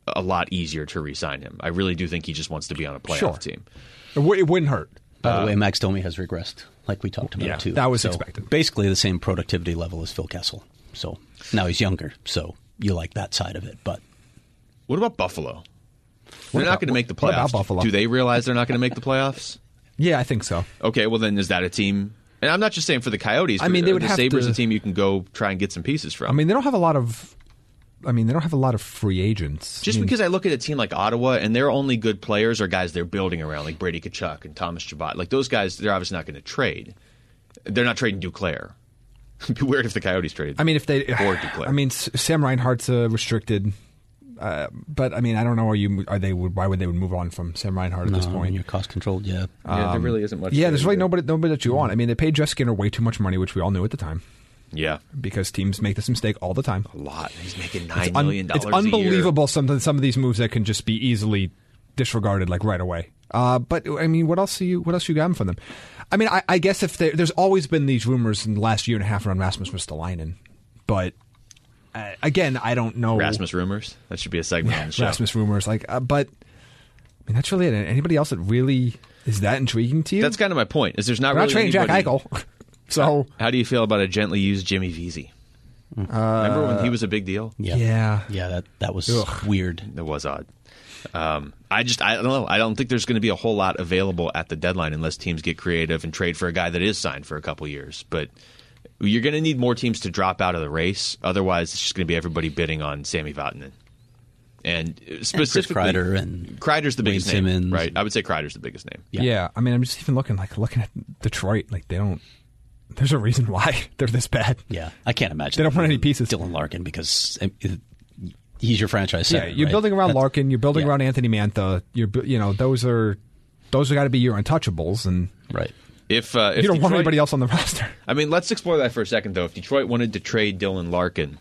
B: a lot easier to re-sign him. I really do think he just wants to be on a playoff
D: Sure.
B: team.
D: It, wou- it wouldn't hurt.
C: By the way, Max Domi has regressed, like we talked about
B: Yeah,
C: too.
D: that was
C: So,
D: expected.
C: Basically, the same productivity level as Phil Kessel. So now he's younger. So you like that side of it, but
B: What about Buffalo? they're not
D: about-
B: going to make the playoffs.
D: what about Buffalo?
B: Do they realize they're not going to make the playoffs?
D: Yeah, I think so.
B: Okay, well then is that a team? And I'm not just saying for the Coyotes.
D: I mean,
B: but uh,
D: they would
B: the
D: have
B: Sabres
D: to-
B: a team you can go try and get some pieces from.
D: I mean, they don't have a lot of. I mean, they don't have a lot of free agents.
B: Just
D: I mean,
B: because I look at a team like Ottawa and their only good players are guys they're building around, like Brady Kachuk and Thomas Chabot. Like those guys, they're obviously not going to trade. They're not trading Duclair. It'd be weird if the Coyotes traded.
D: I mean, if they
B: or Duclair.
D: I mean, S- Sam Reinhart's uh, restricted, uh, but I mean, I don't know. Are you? Are they? Why would they would move on from Sam Reinhart at this
C: um,
D: point? Uh,
C: you're cost controlled. Yeah.
B: yeah, there really isn't much.
D: um,
B: Mm.
D: Yeah, there's really nobody nobody that you want. I mean, they paid Jeff Skinner way too much money, which we all knew at the time,
B: Yeah,
D: because teams make this mistake all the time.
B: a lot. He's making nine
D: Un-
B: million dollars.
D: it's unbelievable some some of these moves that can just be easily disregarded like right away. Uh, but I mean, what else do you what else you got from them? I mean, I, I guess if they, there's always been these rumors in the last year and a half around Rasmus Ristolainen, but uh, again, I don't know
B: Rasmus rumors. That should be a segment on the show.
D: Rasmus rumors like, uh, but I mean that's really it. Anybody else that really is that intriguing to you?
B: That's kind of my point. Is there's not
D: We're not
B: really
D: trading Jack
B: anybody-
D: Eichel, so
B: How do you feel about a gently used Jimmy Vesey?
D: Uh,
B: Remember when he was a big deal?
C: yeah.
D: yeah.
C: Yeah, that, that was
D: Ugh.
C: weird.
B: That was odd. Um, I just I don't know. I don't think there's going to be a whole lot available at the deadline unless teams get creative and trade for a guy that is signed for a couple years. But you're going to need more teams to drop out of the race. Otherwise, it's just going to be everybody bidding on Sammy Vatanen. And uh, specifically,
C: Kreider and
B: Kreider's the
C: Wayne
B: biggest
C: Simmons.
B: name, right? I would say Kreider's the biggest name.
D: Yeah. I mean, I'm just even looking like looking at Detroit. Like they don't. There's a reason why they're this bad.
C: Yeah. I can't imagine.
D: They don't want any pieces.
C: Dylan Larkin because um, he's your franchise
D: Yeah,
C: center.
D: you're
C: right?
D: building around
C: That's-
D: Larkin. You're building
C: yeah.
D: around Anthony Mantha. You're bu- you know those are those are got to be your untouchables, and
C: Right.
B: If, uh, if
D: you don't want
B: Detroit-
D: anybody else on the roster.
B: I mean, let's explore that for a second, though. If Detroit wanted to trade Dylan Larkin,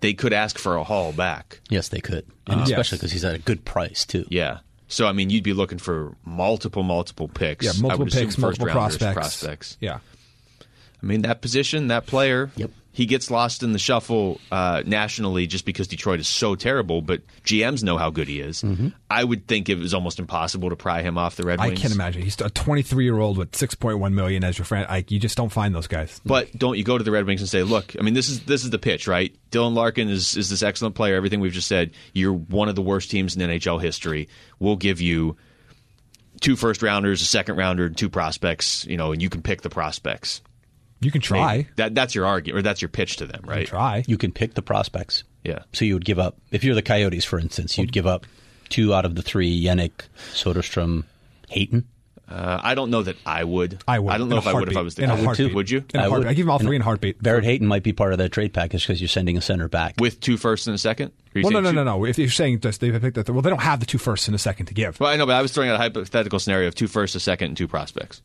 B: they could ask for a haul back.
C: Yes, they could. And
D: Uh-huh. yes.
C: especially because he's at a good price, too.
B: Yeah. So I mean, you'd be looking for multiple, multiple picks.
D: Yeah,
B: I
D: multiple
B: would assume
D: picks, multiple
B: first-rounders,
D: prospects.
B: prospects.
D: Yeah,
B: I mean, that position, that player.
C: Yep.
B: He gets lost in the shuffle uh, nationally just because Detroit is so terrible, but GMs know how good he is. I would think it was almost impossible to pry him off the Red
D: I
B: Wings.
D: can't imagine. He's a 23 year old with 6.1 million as your friend. Like you just don't find those guys.
B: But don't you go to the Red Wings and say, "Look, I mean, this is this is the pitch, right? Dylan Larkin is is this excellent player. Everything we've just said. You're one of the worst teams in NHL history. We'll give you two first rounders, a second rounder, and two prospects. You know, and you can pick the prospects.
D: You can try.
B: That that's your argument, or that's your pitch to them, right?
D: Try.
C: You can pick the prospects.
B: Yeah.
C: So you would give up, if you're the Coyotes, for instance, you'd give up two out of the three Yannick, Soderstrom, Hayton.
B: Uh, I don't know that I would.
D: I would.
B: I don't
D: In
B: know
D: a
B: if I would if I
D: heartbeat.
B: was the
D: In a
B: Cowboys.
D: heartbeat.
B: Would you?
D: In a
C: I would-
D: heartbeat. I give him all
C: in
D: three
C: a-
D: in a heartbeat.
C: Barrett Hayton might be part of that trade package because you're sending a center back.
B: With two firsts and a second? Or you
D: Well, no,
B: saying
D: no,
B: two-
D: no, no. If you're saying just they picked that, well, they don't have the two firsts and a second to give.
B: Well, I know, but I was throwing out a hypothetical scenario of two firsts, a second, and two prospects.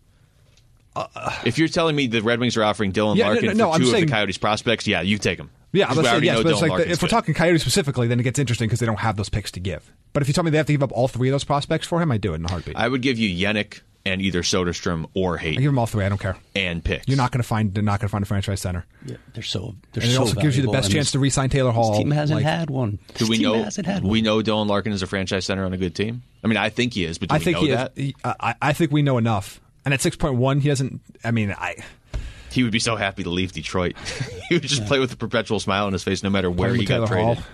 B: if you're telling me the Red Wings are offering Dylan
D: Uh, Yeah, no,
B: Larkin
D: no, no,
B: for
D: I'm
B: two
D: saying-
B: of the Coyotes prospects, yeah, you take them.
D: Yeah, I'm
B: Because we
D: saying
B: already
D: yes,
B: know
D: but
B: Dylan
D: it's like the,
B: Larkin's
D: if we're
B: good.
D: talking Coyote specifically, then it gets interesting because they don't have those picks to give. But if you tell me they have to give up all three of those prospects for him, I do it in a heartbeat. I,
B: I would give you Yannick and either Soderstrom or
D: give
B: Hayden
D: him all three. I don't care.
B: and picks.
D: You're not going to find. They're not going to find a franchise center.
C: Yeah, they're so. They're
D: And it
C: so
D: also gives you the
C: valuable.
D: best
C: I mean,
D: chance to re-sign Taylor Hall.
C: This team hasn't
D: Like,
C: had one.
B: Do
C: This
B: we
C: team
B: know?
C: Hasn't had one.
B: we know Dylan Larkin is a franchise center on a good team. I mean, I think he is, but do
D: I
B: we
D: think
B: know
D: he. Is,
B: that
D: he I, I think we know enough. And at six point one, he doesn't. I mean, I.
B: he would be so happy to leave Detroit. he would just play with a perpetual smile on his face, no matter where
D: Playing
B: he
D: with
B: got
D: Taylor Hall.
B: traded.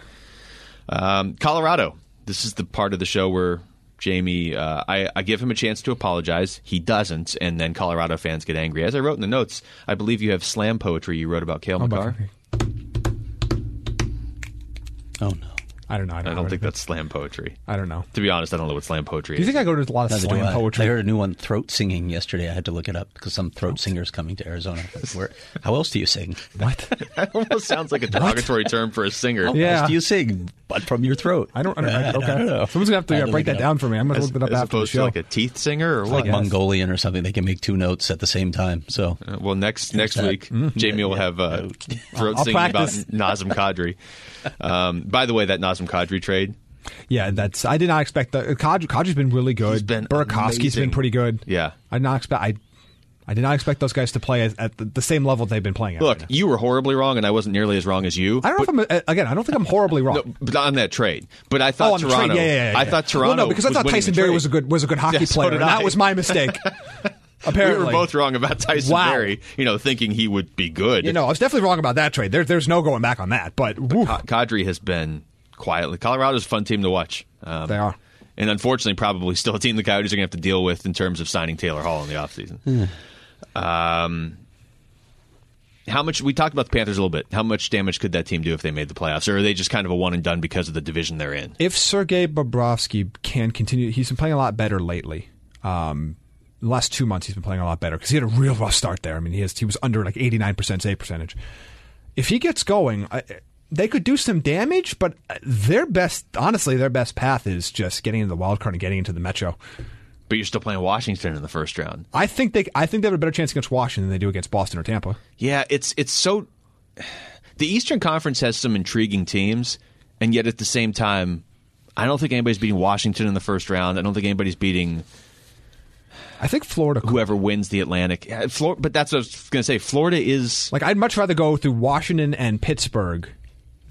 B: Um, Colorado. This is the part of the show where Jamie, uh, I, I give him a chance to apologize. He doesn't, and then Colorado fans get angry. As I wrote in the notes, I believe you have slam poetry you wrote about Kale
D: Oh,
B: McCarr.
C: Oh no.
D: I don't know. I don't,
B: I
D: know
B: don't
D: what
B: think
D: it
B: that's slam poetry.
D: is. I don't know.
B: To be honest, I don't know what slam poetry
D: Do you
B: is.
D: think I go to a lot of
C: Neither do
D: slam
C: I.
D: poetry?
C: I heard a new one, throat singing, yesterday. I had to look it up because some throat singer's coming to Arizona. Where? How else do you sing?
D: what?
B: that almost sounds like a derogatory term for a singer.
C: How
D: Yeah.
C: else do you sing? But from your throat.
D: I don't. I don't
C: Yeah,
D: okay.
C: I don't know.
D: Someone's gonna have
C: I
D: to
C: had
D: uh, break
C: look it
D: that
C: up.
D: down for me. I'm gonna
B: As,
D: look that up
B: as
D: after the
B: opposed
D: show.
B: to like a teeth singer or what?
C: Like Mongolian or something. They can make two notes at the same time. So
B: Uh, Well, next next
C: that.
B: week, Jamie will have uh, throat
D: Mm-hmm. I'll
B: singing about
D: practice.
B: Nazem Kadri. Um, by the way, that Nazem Kadri trade,
D: Yeah, that's. I did not expect that. Kaj, Kaj's been really good.
B: He's been
D: Burakovsky's
B: amazing.
D: been pretty good.
B: Yeah.
D: I did not expect. I I did not expect those guys to play as, at the, the same level they've been playing at.
B: Look,
D: right now.
B: you were horribly wrong, and I wasn't nearly as wrong as you.
D: I don't know if I'm uh, again. I don't think I'm horribly wrong.
B: No, but on that trade, but I
D: Oh,
B: thought
D: on the
B: Toronto.
D: trade, yeah, yeah, yeah,
B: I
D: yeah.
B: thought Toronto.
D: Well, no, because I
B: was
D: thought
B: winning
D: Tyson
B: the
D: Barry
B: trade.
D: was a good was a good hockey
B: Yeah, so
D: player.
B: did
D: that
B: I.
D: was my mistake. Apparently,
B: We were both wrong about Tyson
D: Wow.
B: Berry, you know, thinking he would be good.
D: You know, I was definitely wrong about that trade. There, there's no going back on that. But, woof.
B: Co- Kadri has been quietly. Colorado's a fun team to watch. Um,
D: They are.
B: And unfortunately, probably still a team the Coyotes are going to have to deal with in terms of signing Taylor Hall in the
D: Hmm.
B: offseason. um, how much we talked about the Panthers a little bit. How much damage could that team do if they made the playoffs, or are they just kind of a one and done because of the division they're in?
D: if Sergei Bobrovsky can continue, he's been playing a lot better lately. Um, the last two months, he's been playing a lot better because he had a real rough start there. I mean, he has, he was under like 89% save percentage. If he gets going, I, they could do some damage, but their best, honestly, their best path is just getting into the wild card and getting into the Metro.
B: But you're still playing Washington in the first round.
D: I think they, I think they have a better chance against Washington than they do against Boston or Tampa.
B: Yeah, it's it's so. The Eastern Conference has some intriguing teams, and yet at the same time, I don't think anybody's beating Washington in the first round. I don't think anybody's beating
D: I think Florida. could-
B: whoever wins the Atlantic. Yeah, Flor- but that's what I was going to say. Florida is
D: Like, I'd much rather go through Washington and Pittsburgh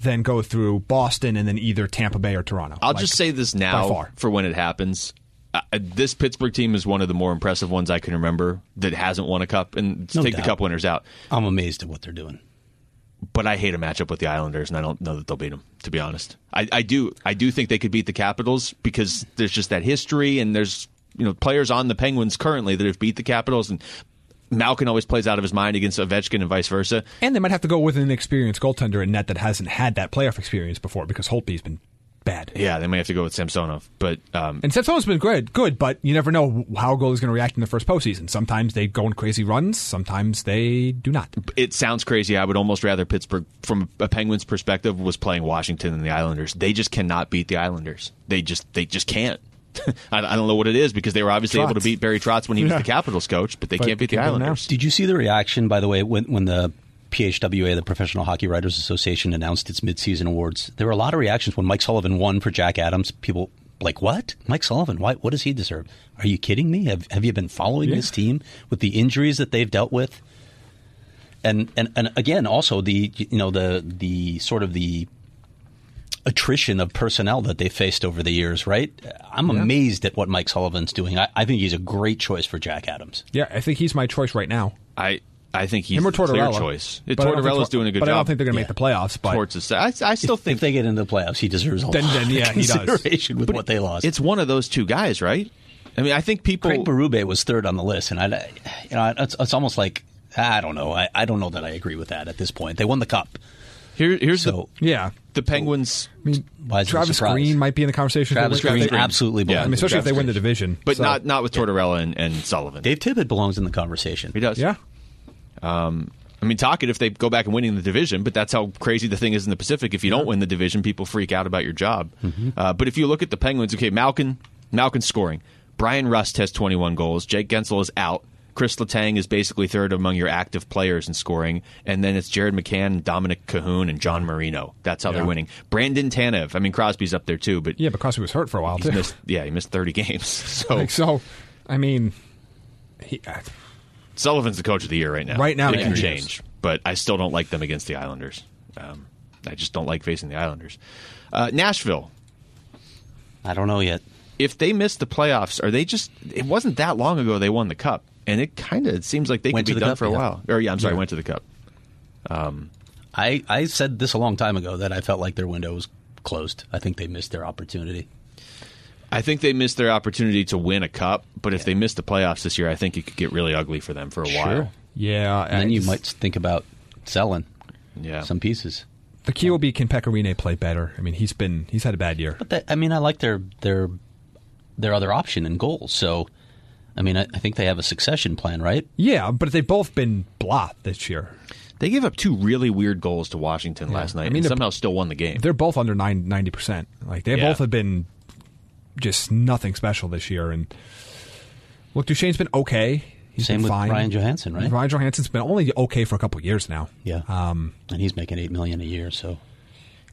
D: than go through Boston and then either Tampa Bay or Toronto.
B: I'll
D: Like,
B: just say this now
D: far.
B: for when it happens. Uh, this Pittsburgh team is one of the more impressive ones I can remember that hasn't won a cup and
C: No
B: take
C: doubt.
B: the cup winners out.
C: I'm amazed at what they're doing.
B: But I hate a matchup with the Islanders, and I don't know that they'll beat them. To be honest, I, I do. I do think they could beat the Capitals because there's just that history, and there's you know players on the Penguins currently that have beat the Capitals, and Malkin always plays out of his mind against Ovechkin and vice versa.
D: And they might have to go with an experienced goaltender in net that hasn't had that playoff experience before because Holtby's been bad.
B: Yeah, they may have to go with Samsonov, but um,
D: And Sepson's been good, good, but you never know how a goalie's going to react in the first postseason. Sometimes they go on crazy runs, sometimes they do not.
B: it sounds crazy. I would almost rather Pittsburgh, from a Penguins perspective, was playing Washington and the Islanders. They just cannot beat the Islanders. They just they just can't. I, I don't know what it is because they were obviously able
D: Trotz.
B: to beat Barry Trotz when he
D: Yeah.
B: was the Capitals coach, but they
D: But
B: can't beat the
D: can't beat him now.
B: Islanders.
C: Did you see the reaction, by the way, when, when the PHWA, the Professional Hockey Writers Association, announced its midseason awards? There were a lot of reactions when Mike Sullivan won for Jack Adams. People like, what? Mike Sullivan? Why, what does he deserve? Are you kidding me? Have, have you been following this team with the injuries that they've dealt with? And, and and again, also the you know the the sort of the attrition of personnel that they faced over the years, right? I'm amazed at what Mike Sullivan's doing. I, I think he's a great choice for Jack Adams.
D: Yeah, I think he's my choice right now.
B: I I think he's
D: Him or
B: the clear
D: Tortorella.
B: choice. Yeah,
D: But I don't think
B: Tortorella's
D: Tor-
B: doing a good
D: but
B: job.
D: I don't think they're going to make the playoffs. But
B: Torts is- I, I still
C: if,
B: think
C: if they get into the playoffs, he deserves a
D: Then-
C: lot
D: then,
C: of
D: yeah, he does.
C: consideration with what they lost.
B: it's one of those two guys, right? I mean, I think people.
C: Craig Berube was third on the list, and I, I- you know, it's, it's almost like I don't know. I, I don't know that I agree with that at this point. They won the cup,
B: here, here's
C: so
D: yeah,
B: the the Penguins,
C: why is it a
D: Travis
C: surprise?
D: Green might be in the conversation.
C: Travis
D: if they win-
C: Green
D: if they-
C: absolutely
B: Yeah,
C: belongs.
D: I mean,
C: in the
D: especially if they win the
C: conversation.
D: division,
B: but
D: So-
B: not not with Tortorella and, and Sullivan.
C: Dave Tippett belongs in the conversation.
B: he does.
D: Yeah,
B: I mean, talk it if they go back and winning the division, but that's how crazy the thing is in the Pacific. If you don't win the division, people freak out about your job.
D: Mm-hmm.
B: Uh, but if you look at the Penguins, okay, Malkin, Malkin's scoring. Brian Rust has 21 goals. Jake Gensel is out. Chris Letang is basically third among your active players in scoring. And then it's Jared McCann, Dominic Cahoon, and John Marino. That's how they're
D: Yeah.
B: winning. Brandon Tanev. I mean, Crosby's up there too, but
D: yeah, because he was hurt for a while
B: he's
D: too.
B: missed, yeah, he missed 30 games. So
D: Like, so, I mean, he, uh,
B: Sullivan's the coach of the year right now.
D: Right now,
B: it
D: yeah.
B: can
D: Yes.
B: change, but I still don't like them against the Islanders. Um, I just don't like facing the Islanders. Uh, Nashville,
C: I don't know yet.
B: if they miss the playoffs, are they just? It wasn't that long ago they won the cup, and it kind of seems like they
C: Went
B: could
C: to
B: be
C: the
B: done
C: cup,
B: for a
C: yeah.
B: while. Or yeah, I'm sorry, went to the cup.
C: I, I said this a long time ago that I felt like their window was closed. I think they missed their opportunity.
B: I think they missed their opportunity to win a cup, but if they miss the playoffs this year, I think it could get really ugly for them for a while.
D: yeah,
C: And then you
D: it's-
C: might think about selling
B: Yeah,
C: some pieces.
D: The key will be can Pecorine play better? I mean, he's been he's had a bad year.
C: But that, I mean, I like their their their other option and goals. So, I mean, I, I think they have a succession plan, right?
D: Yeah, but they've both been blah this year.
B: they gave up two really weird goals to Washington last night,
D: I mean,
B: and
D: the-
B: somehow still won the game.
D: They're both under nine, 90 percent. Like they
B: Yeah.
D: both have been just nothing special this year. And look, Duchesne's been okay. He's
C: Same
D: been
C: with
D: fine.
C: Ryan Johansson, right?
D: Ryan Johansson's been only okay for a couple years now.
C: Yeah.
D: Um,
C: and he's making eight million a year, so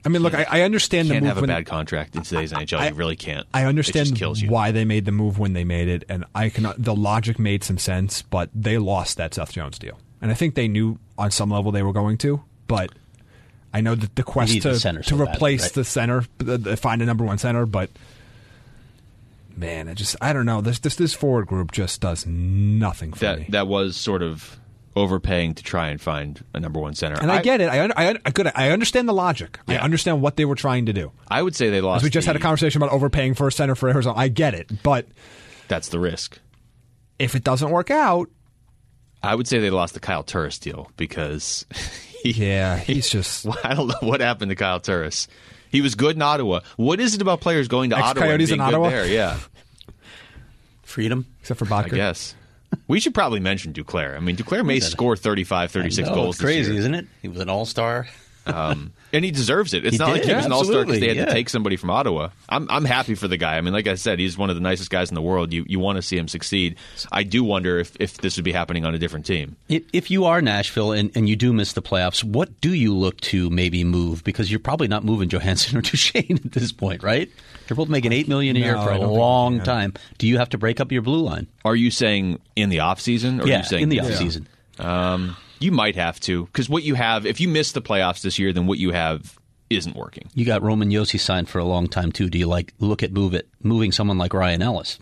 D: I mean, look, I, I understand
B: can't
D: the move.
B: have a
D: when-
B: bad contract in today's NHL.
D: I-
B: you really can't.
D: I
B: it
D: understand
B: just kills you.
D: why they made the move when they made it, and I can. The logic made some sense, but they lost that Seth Jones deal, and I think they knew on some level they were going to. But I know that the quest
C: need
D: to
C: the center
D: to
C: so badly,
D: replace
C: right?
D: the center, the- the- find a number one center, but man, I just I don't know. This this this forward group just does nothing for me.
B: that that was sort of overpaying to try and find a number one center.
D: and I, get it. I, un- I, un- I could. I understand the logic. I
B: Yeah.
D: understand what they were trying to do.
B: I would say they lost.
D: As we just had a
B: the-
D: conversation about overpaying for a center for Arizona. I get it, but
B: That's the risk.
D: if it doesn't work out,
B: I would say they lost the Kyle Turris deal because he,
D: Yeah, he's just-
B: I don't know what happened to Kyle Turris. He was good in Ottawa. What is it about players going to Ottawa? and
D: Ex-Coyotes
B: being
D: in
B: good
D: Ottawa?
B: There, yeah,
C: Freedom.
D: except for
B: I
D: Bakker.
B: guess. We should probably mention Duclair. I mean, Duclair may score 35, 36
C: I know,
B: goals
C: It's crazy,
B: this year.
C: isn't it? He was an all star.
B: And he deserves it. It's
C: Um, He
B: not like
C: did,
B: he was an all star because they had
C: absolutely,
B: to
C: yeah.
B: take somebody from Ottawa. I'm I'm happy for the guy. I mean, like I said, he's one of the nicest guys in the world. You you want to see him succeed. I do wonder if, if this would be happening on a different team.
C: If if you are Nashville and, and you do miss the playoffs, what do you look to maybe move? Because you're probably not moving Johansson or Duchesne at this point, right? They're both making eight million a year
D: No,
C: for
D: I
C: a
D: don't think
C: long
D: you can.
C: time. Do you have to break up your blue line?
B: Are you saying in the offseason? Or are
C: yeah,
B: you saying
C: in the
B: this
C: offseason.
B: season?
C: season.
B: Um, you might have to because what you have, if you miss the playoffs this year, then what you have isn't working.
C: You got Roman Yossi signed for a long time too. Do you like look at move it moving someone like Ryan Ellis?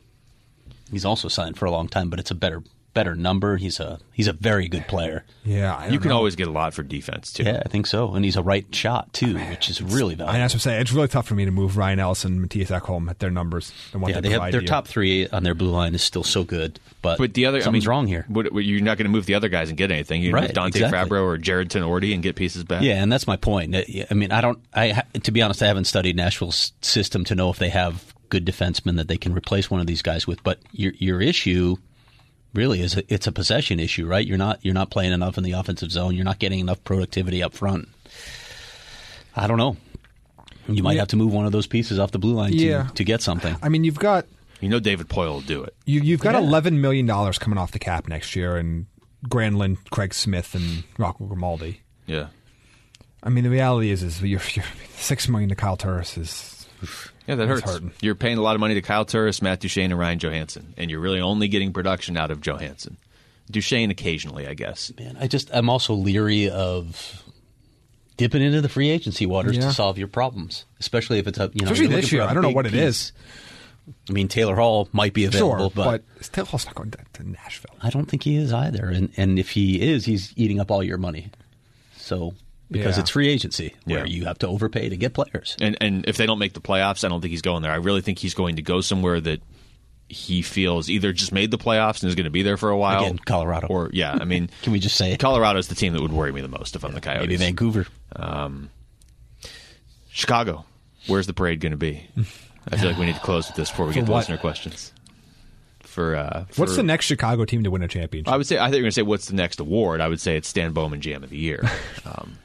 C: He's also signed for a long time, but it's a better better number. He's a he's a very good player.
D: Yeah, I
B: You
D: don't
B: can
D: know.
B: always get a lot for defense too.
C: Yeah, I think so. And he's a right shot too, which is really
D: I
C: valuable.
D: that's what I'm saying. It's really tough for me to move Ryan Ellison, and Matthias Ekholm at their numbers and what
C: Yeah,
D: they,
C: they have
D: provide
C: their
D: you.
C: top three on their blue line is still so good, but
B: But the other,
C: something's
B: I mean,
C: wrong here.
B: What, what- you're not going to move the other guys and get anything. You can move
C: Right,
B: Dante
C: exactly.
B: Fabro or Jared Tenorti and get pieces back.
C: Yeah, and that's my point. Uh, yeah, I mean, I don't. I ha- to be honest, I haven't studied Nashville's system to know if they have good defensemen that they can replace one of these guys with. But your your issue really is a, it's a possession issue, right? You're not you're not playing enough in the offensive zone. You're not getting enough productivity up front. I don't know. You might have to move one of those pieces off the blue line
D: Yeah.
C: to, to get something.
D: I mean, you've got
B: you know David Poyle will do it.
D: you, you've got 11 million dollars coming off the cap next year, and Granlund, Craig Smith, and Rocco Grimaldi.
B: Yeah,
D: I mean, the reality is, is you're, you're six million to Kyle Turris is.
B: yeah, that
D: That's
B: hurts.
D: hurting.
B: You're paying a lot of money to Kyle Turris, Matt Duchene, and Ryan Johansson, and you're really only getting production out of Johansson, Duchene occasionally, I guess.
C: Man, I just I'm also leery of dipping into the free agency waters
D: Yeah.
C: to solve your problems, especially if it's a you know
D: Especially
C: you're
D: this
C: looking for
D: year.
C: a
D: I don't know
C: big
D: what it
C: piece.
D: is.
C: I mean, Taylor Hall might be available,
D: Sure, but, still, Hall's not going to, to Nashville.
C: I don't think he is either. And and if he is, he's eating up all your money. So because
D: Yeah.
C: it's free agency where
B: Yeah.
C: you have to overpay to get players.
B: And and if they don't make the playoffs, I don't think he's going there. I really think he's going to go somewhere that he feels either just made the playoffs and is going to be there for a while.
C: Again, Colorado.
B: Or yeah, I mean,
C: Can we just say it?
B: Colorado's the team that would worry me the most if I'm the Coyotes.
C: Maybe Vancouver.
B: Chicago, where's the parade going to be? I feel like we need to close with this before we get to
D: what?
B: listener questions. For, uh, for
D: What's the next Chicago team to win a championship?
B: I would say I think you're going to say what's the next award. I would say it's Stan Bowman Jam of the Year, um,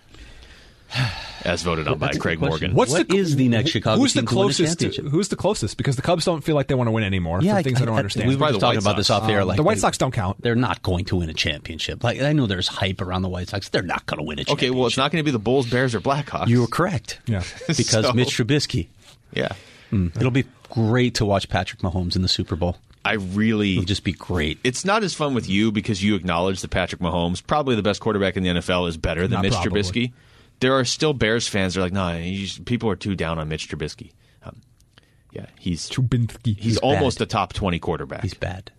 B: as voted on by
C: That's a good
B: Craig
C: question.
B: Morgan.
C: What- is the next Chicago
D: Who's
C: team
D: the
C: to win a
D: closest?
C: championship?
D: who's the closest? Because the Cubs don't feel like they want to win anymore for things I, don't understand. Um,
C: We were
B: Probably
C: just
B: the
C: talking
B: White
C: about this
B: Sox.
C: off air. Like
D: the White
C: they-
D: Sox don't count.
C: They're not going to win a championship. Like I know there's hype around the White Sox. They're not going to win a championship.
B: okay, well, it's not going to be the Bulls, Bears, or Blackhawks.
C: You were correct.
D: Yeah.
C: Because
B: So-
C: Mitch Trubisky. hmm,
B: yeah.
C: It'll be great to watch Patrick Mahomes in the Super Bowl.
B: I really
C: It'll just be great.
B: it's not as fun with you because you acknowledge that Patrick Mahomes, probably the best quarterback in the NFL, is better than
D: Not
B: Mitch
D: probably.
B: Trubisky. There are still Bears fans that are like, no, you just- people are too down on Mitch Trubisky. Um, yeah, he's
D: Trubinsky.
B: he's,
C: bad.
B: almost a top twenty quarterback
C: He's bad.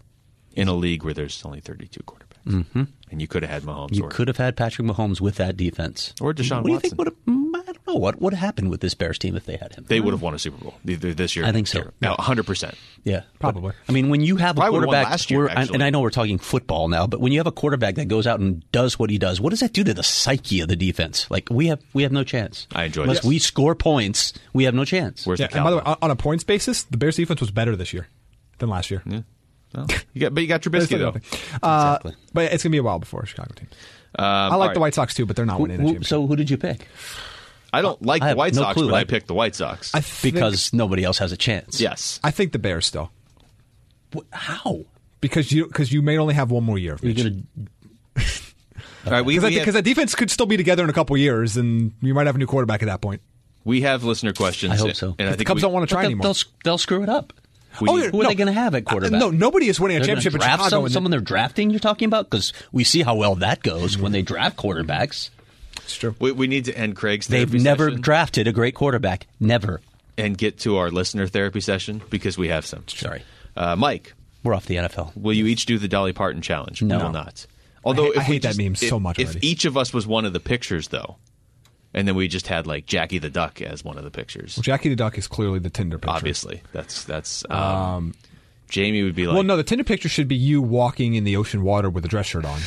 B: in a league where there's only thirty two quarterbacks, and you could have had Mahomes.
C: Mm-hmm. You
B: or,
C: could have had Patrick Mahomes with that defense.
B: Or Deshaun
C: What do you think
B: Watson.
C: would have, mm, I don't know what would have happened with this Bears team if they had him.
B: They
D: Hmm.
B: would have won a Super Bowl either this year.
C: I think so.
B: hundred percent.
C: yeah,
D: Probably.
C: But, I mean, when you have a
B: Probably would've won
C: quarterback,
B: last year,
C: we're- and- and
B: actually.
C: I know we're talking football now, but when you have a quarterback that goes out and does what he does, what does that do to the psyche of the defense? Like we have, we have no chance.
B: I enjoy
C: unless
B: this.
C: we score points, we have no chance.
B: Where's
D: Yeah,
B: the
D: and by the way,
B: Cowboys?
D: on, on a points basis, the Bears defense was better this year than last year.
B: Well, you got, but you got
D: That's
B: Trubisky
D: the
B: though.
D: other thing. Uh,
C: Exactly.
D: But it's gonna be a while before Chicago team.
B: Um,
D: I
B: all
D: like
B: right.
D: the White Sox too, but they're not
C: Who-
D: winning a
C: who-
D: championship.
C: so who did you pick?
B: I don't like
C: I
B: the
C: have
B: White
C: no
B: Sox,
C: clue.
B: but I,
C: I-
B: picked the White Sox.
D: I think,
C: Because nobody else has a chance.
B: yes,
D: I think the Bears still
C: Wh- How?
D: because you because you may only have one more year. Of
C: You're
D: Mitch.
C: gonna
B: all right. We,
D: Because
B: we
D: that-
B: have-
D: because that defense could still be together in a couple years, and you might have a new quarterback at that point.
B: We have listener questions.
C: I hope so.
B: And I
D: the
B: think
D: Cubs
B: we,
D: don't want to
C: But
D: try
C: they'll,
D: anymore.
C: they'll s- they'll screw it up.
B: we-
D: Oh, yeah,
C: Who are
D: no.
C: they going to have at quarterback?
D: no, nobody is winning a
C: They're gonna
D: championship in
C: draft
D: Chicago.
C: some-
D: and-
C: someone they're drafting. You're talking about because we see how well that goes when they draft quarterbacks.
D: it's true.
B: we, we need to end Craig's.
C: They've
B: therapy
C: never
B: session
C: drafted a great quarterback. Never.
B: and get to our listener therapy session because we have some.
C: Sorry,
B: Uh, Mike,
C: we're off the NFL.
B: will you each do the Dolly Parton challenge?
C: No.
B: We will not. Although
D: I
B: if we
D: hate that
B: just-
D: meme so
B: if-
D: much
B: If
D: already.
B: each of us was one of the pictures, though, and then we just had like Jackie the Duck as one of the pictures,
D: Jackie the Duck is clearly the Tinder picture.
B: obviously that's that's. Um, Jamie would be like,
D: Well, no, the Tinder picture should be you walking in the ocean water with a dress shirt on.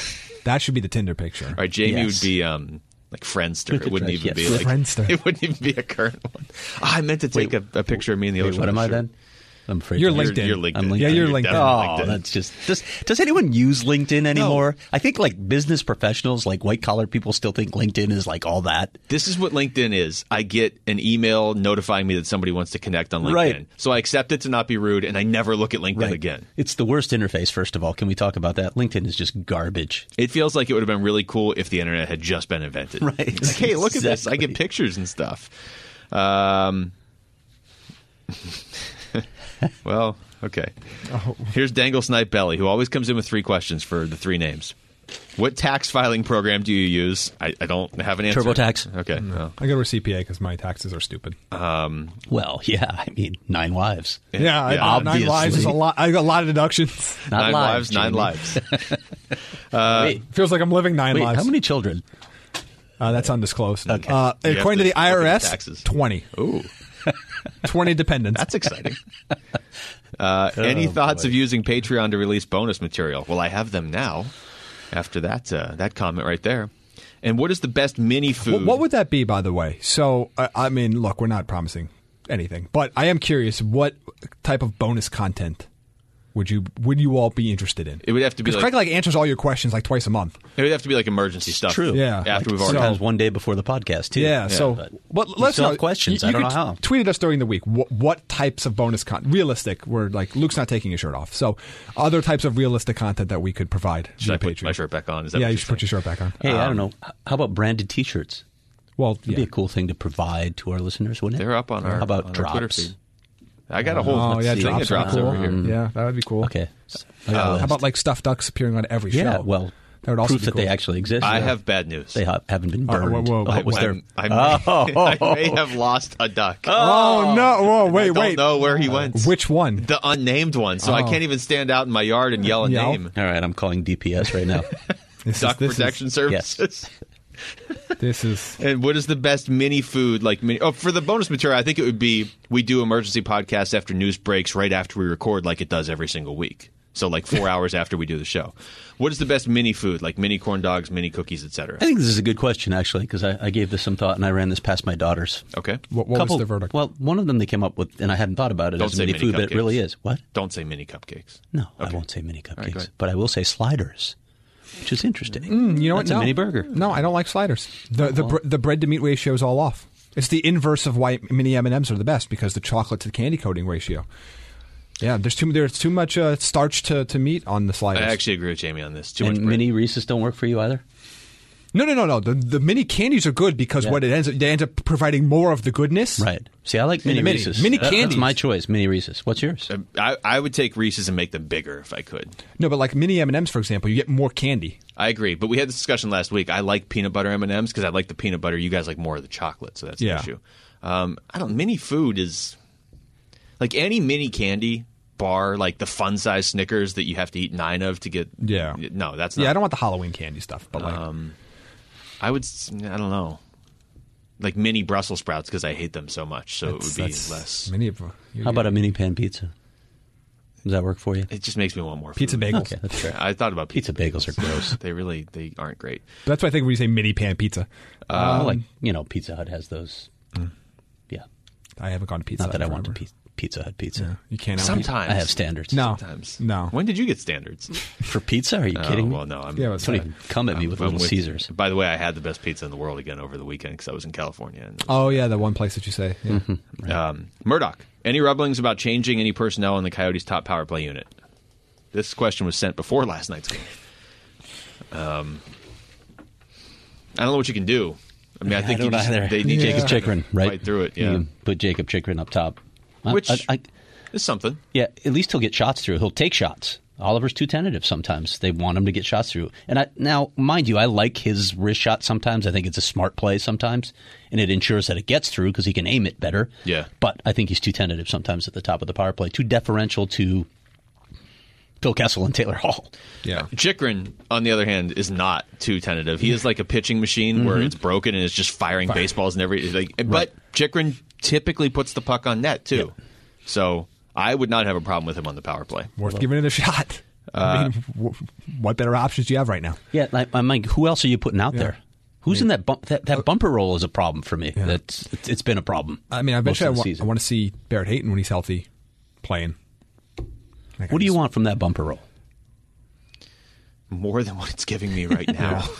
D: That should be the Tinder picture.
B: All right, Jamie
C: Yes.
B: would be um like Friendster. It wouldn't
C: Yes.
B: even be like
D: Friendster.
B: It wouldn't even be a current one. Ah, I meant to take a, a picture of me in the
C: Wait,
B: ocean.
C: what am I
B: shirt.
C: then? I'm afraid.
D: You're
C: I'm-
D: LinkedIn.
B: You're, you're LinkedIn.
C: I'm LinkedIn.
D: Yeah, you're LinkedIn.
B: definitely
C: Oh,
B: LinkedIn.
C: that's just does. Does anyone use LinkedIn anymore? I think like business professionals, like white collar people, still think LinkedIn is like all that.
B: This is what LinkedIn is. I get an email notifying me that somebody wants to connect on LinkedIn.
C: Right.
B: So I accept it to not be rude, and I never look at LinkedIn
C: Right.
B: again.
C: It's the worst interface. First of all, can we talk about that? LinkedIn is just garbage.
B: It feels like it would have been really cool if the internet had just been invented.
C: Right.
B: It's Like, hey, look at this. I
C: Exactly.
B: get pictures and stuff. Um, well, okay.
C: Oh.
B: Here's Dangle Snipe Belly, who always comes in with three questions for the three names. What tax filing program do you use? I, I don't have an answer.
C: TurboTax.
B: Okay. well,
D: I go to a CPA because my taxes are stupid.
C: Well, yeah, I mean, nine wives.
D: yeah, I-
B: yeah,
D: nine lives is a
C: obviously.
D: lot. I got a lot of deductions.
C: Not
B: nine
C: lives,
B: lives, nine
C: Jamie.
B: lives.
C: wait,
D: Feels like I'm living nine
C: wait,
D: lives.
C: how many children?
D: Uh, that's undisclosed.
C: Okay.
D: Uh,
B: You have
D: according to,
B: to
D: the
B: look at the
D: IRS,
B: taxes.
D: twenty.
B: Ooh.
D: 20 dependents.
B: That's exciting. Uh, any
C: Oh,
B: thoughts of using Patreon to release bonus material? Well, I have them now. After that, uh, that comment right there. And what is the best mini
D: Wh-
B: food?
D: what would that be, by the way? So, I, I mean, look, we're not promising anything, but I am curious what type of bonus content would you would you all be interested in?
B: it would have to be?
D: Because
B: Like,
D: Craig like answers all your questions like twice a month.
B: it would have to be like emergency stuff.
C: true.
D: Yeah.
B: After
D: Like,
B: we've already.
C: Sometimes one day before the podcast, too.
D: Yeah, so
C: but
D: but
C: we
D: let's
C: still
D: know
C: have questions.
D: You,
C: I
D: you
C: don't know
D: could
C: how.
D: t- Tweet at us during the week. What, what types of bonus content? Realistic. We're like Luke's not taking his shirt off, so other types of realistic content that we could provide.
B: should
D: via
B: I put
D: Patreon.
B: my shirt back on? Is that
D: Yeah,
B: what
D: you
B: you're
D: should put your
B: saying?
D: shirt back on.
C: hey, I don't know. H- How about branded T-shirts?
D: Well,
C: It'd
D: Um, yeah.
C: be a cool thing to provide to our listeners, wouldn't it?
B: They're up on our,
C: How about
B: on our
C: drops?
B: Twitter feed. I got a whole
D: Oh, yeah,
B: thing
D: drops,
B: that
D: are
B: drops
D: cool.
B: over here.
D: Yeah, that would be cool.
C: Okay. So, I got a
D: How
C: list.
D: about like stuffed ducks appearing on every
C: yeah?
D: show?
C: Well,
D: that would
C: proof
D: also be
C: that they
D: cool.
C: actually exist.
B: I have bad news.
C: They ha- haven't been
D: Oh,
C: burned.
D: whoa, whoa,
C: Oh,
D: whoa.
C: was there?
B: I'm- I, may,
C: Oh.
B: I may have lost a duck.
D: Oh, no! Whoa,
B: I
D: wait,
B: don't
D: wait.
B: know where he went.
D: Which Oh. one?
B: The unnamed one. So I can't even stand out in my yard and yell a
D: Yell?
B: name.
C: All right, I'm calling DPS right now.
D: This is-
B: duck
D: this
B: protection services.
D: Is, this is
B: and what is the best mini food like mini Oh, for the bonus material, I think it would be we do emergency podcasts after news breaks right after we record like it does every single week. So like 4 hours after we do the show. What is the best mini food like mini corn dogs, mini cookies, etc.
C: I think this is a good question actually because I, I gave this some thought and I ran this past my daughters.
B: Okay.
D: what, what
C: Couple-
D: was the verdict?
C: Well, one of them they came up with, and I hadn't thought about it
B: Don't
C: as
B: say
C: mini
B: mini
C: food, but it
B: cupcakes.
C: really is. What?
B: Don't say mini cupcakes.
C: No, I won't say mini
B: right,
C: cupcakes,
B: go ahead.
C: but I will say sliders, which is interesting.
D: Mm, you know
C: That's
D: what?
C: a
D: No.
C: mini burger.
D: No, I don't like sliders. The the, br- the bread to meat ratio is all off. It's the inverse of why mini M and M's are the best because the chocolate to the candy coating ratio. Yeah, there's too there's too much uh, starch to, to meat on the
B: I
D: sliders.
B: actually agree with Jamie on this. Too much
C: And
B: bread.
C: mini Reese's don't work for you either.
D: no, no, no, no. The, the mini candies are good because
C: Yeah.
D: what it ends up, they end up providing more of the goodness.
C: Right. See, I like mini,
D: mini-
C: Reese's.
D: mini
C: That-
D: candies.
C: That's my choice. Mini Reese's. What's yours?
B: I, I would take Reese's and make them bigger if I could.
D: No, but like mini M and M's, for example, you get more candy.
B: I agree, but we had this discussion last week. I like peanut butter M and M's because I like the peanut butter. You guys like more of the chocolate, so that's
D: Yeah.
B: the issue. Um, I don't. Mini food is like any mini candy bar, like the fun size Snickers that you have to eat nine of to get.
D: Yeah.
B: no, that's
C: Uh,
B: not.
D: Yeah, I don't want the Halloween candy stuff, but like
B: um, I would. s- I don't know. Like mini Brussels sprouts because I hate them so much, so it would be
D: that's
B: less.
D: mini. of- you-
C: How about a mini pan pizza? Does that work for you?
B: It just makes me want more
D: pizza
B: food.
D: bagels?
C: Okay, that's fair.
B: I thought about
C: Pizza bagels are gross.
B: They really they aren't great.
D: That's why I think when you say mini pan pizza, Um,
C: Uh, like you know, Pizza Hut has those.
B: Mm.
C: Yeah,
D: I haven't gone to pizza.
C: not that I
D: Hut
C: want to
D: forever.
C: pi- Pizza Hut pizza.
D: You can't. out-
B: Sometimes
C: I have standards.
D: No.
B: Sometimes
D: No.
B: When did you get standards?
C: for pizza? Are you
B: Oh,
C: kidding me?
B: well, no. I'm,
D: Yeah, well, it's
C: Don't even come at me with
B: I'm
C: Little
B: with you.
C: Caesars.
B: By the way, I had the best pizza in the world again over the weekend because I was in California. And,
D: Oh yeah, the one place that you say. Yeah.
B: um, Murdoch, any rumblings about changing any personnel in the Coyotes' top power play unit? This question was sent before last night's game. Um, I don't know what you can do. I mean, I think you
C: don't
B: just-
C: either.
B: they need
D: Yeah.
B: Jacob
C: Jacob Chikrin, right? Mm-hmm.
B: Right through it, yeah.
C: You put Jacob Chikrin up top. I-
B: Which-
C: I- I-
B: It's something.
C: yeah, at least he'll get shots through. He'll take shots. Oliver's too tentative sometimes. They want him to get shots through. And I, now, mind you, I like his wrist shot sometimes. I think it's a smart play sometimes, and it ensures that it gets through because he can aim it better.
B: Yeah.
C: But I think he's too tentative sometimes at the top of the power play, too deferential to Phil Kessel and Taylor Hall.
D: Yeah.
B: Chikrin, on the other hand, is not too tentative. He is like a pitching machine
C: Mm-hmm.
B: where it's broken and it's just firing baseballs and every. Like, But Chikrin typically puts the puck on net too, so I would not have a problem with him on the power play.
D: Worth giving it a shot. I
B: Uh,
D: mean, w- what better options do you have right now?
C: Yeah, like, I'm like, who else are you putting out there? Who's in that, bump, that that bumper roll is a problem for me. That's it's- it's been a problem.
D: Uh, I mean, I
C: most
D: bet you I,
C: of the
D: wa- I
C: season.
D: want to see Barrett Hayton when he's healthy playing. Like, I
C: What do you
D: just-
C: want from that bumper roll?
B: More than what it's giving me right now.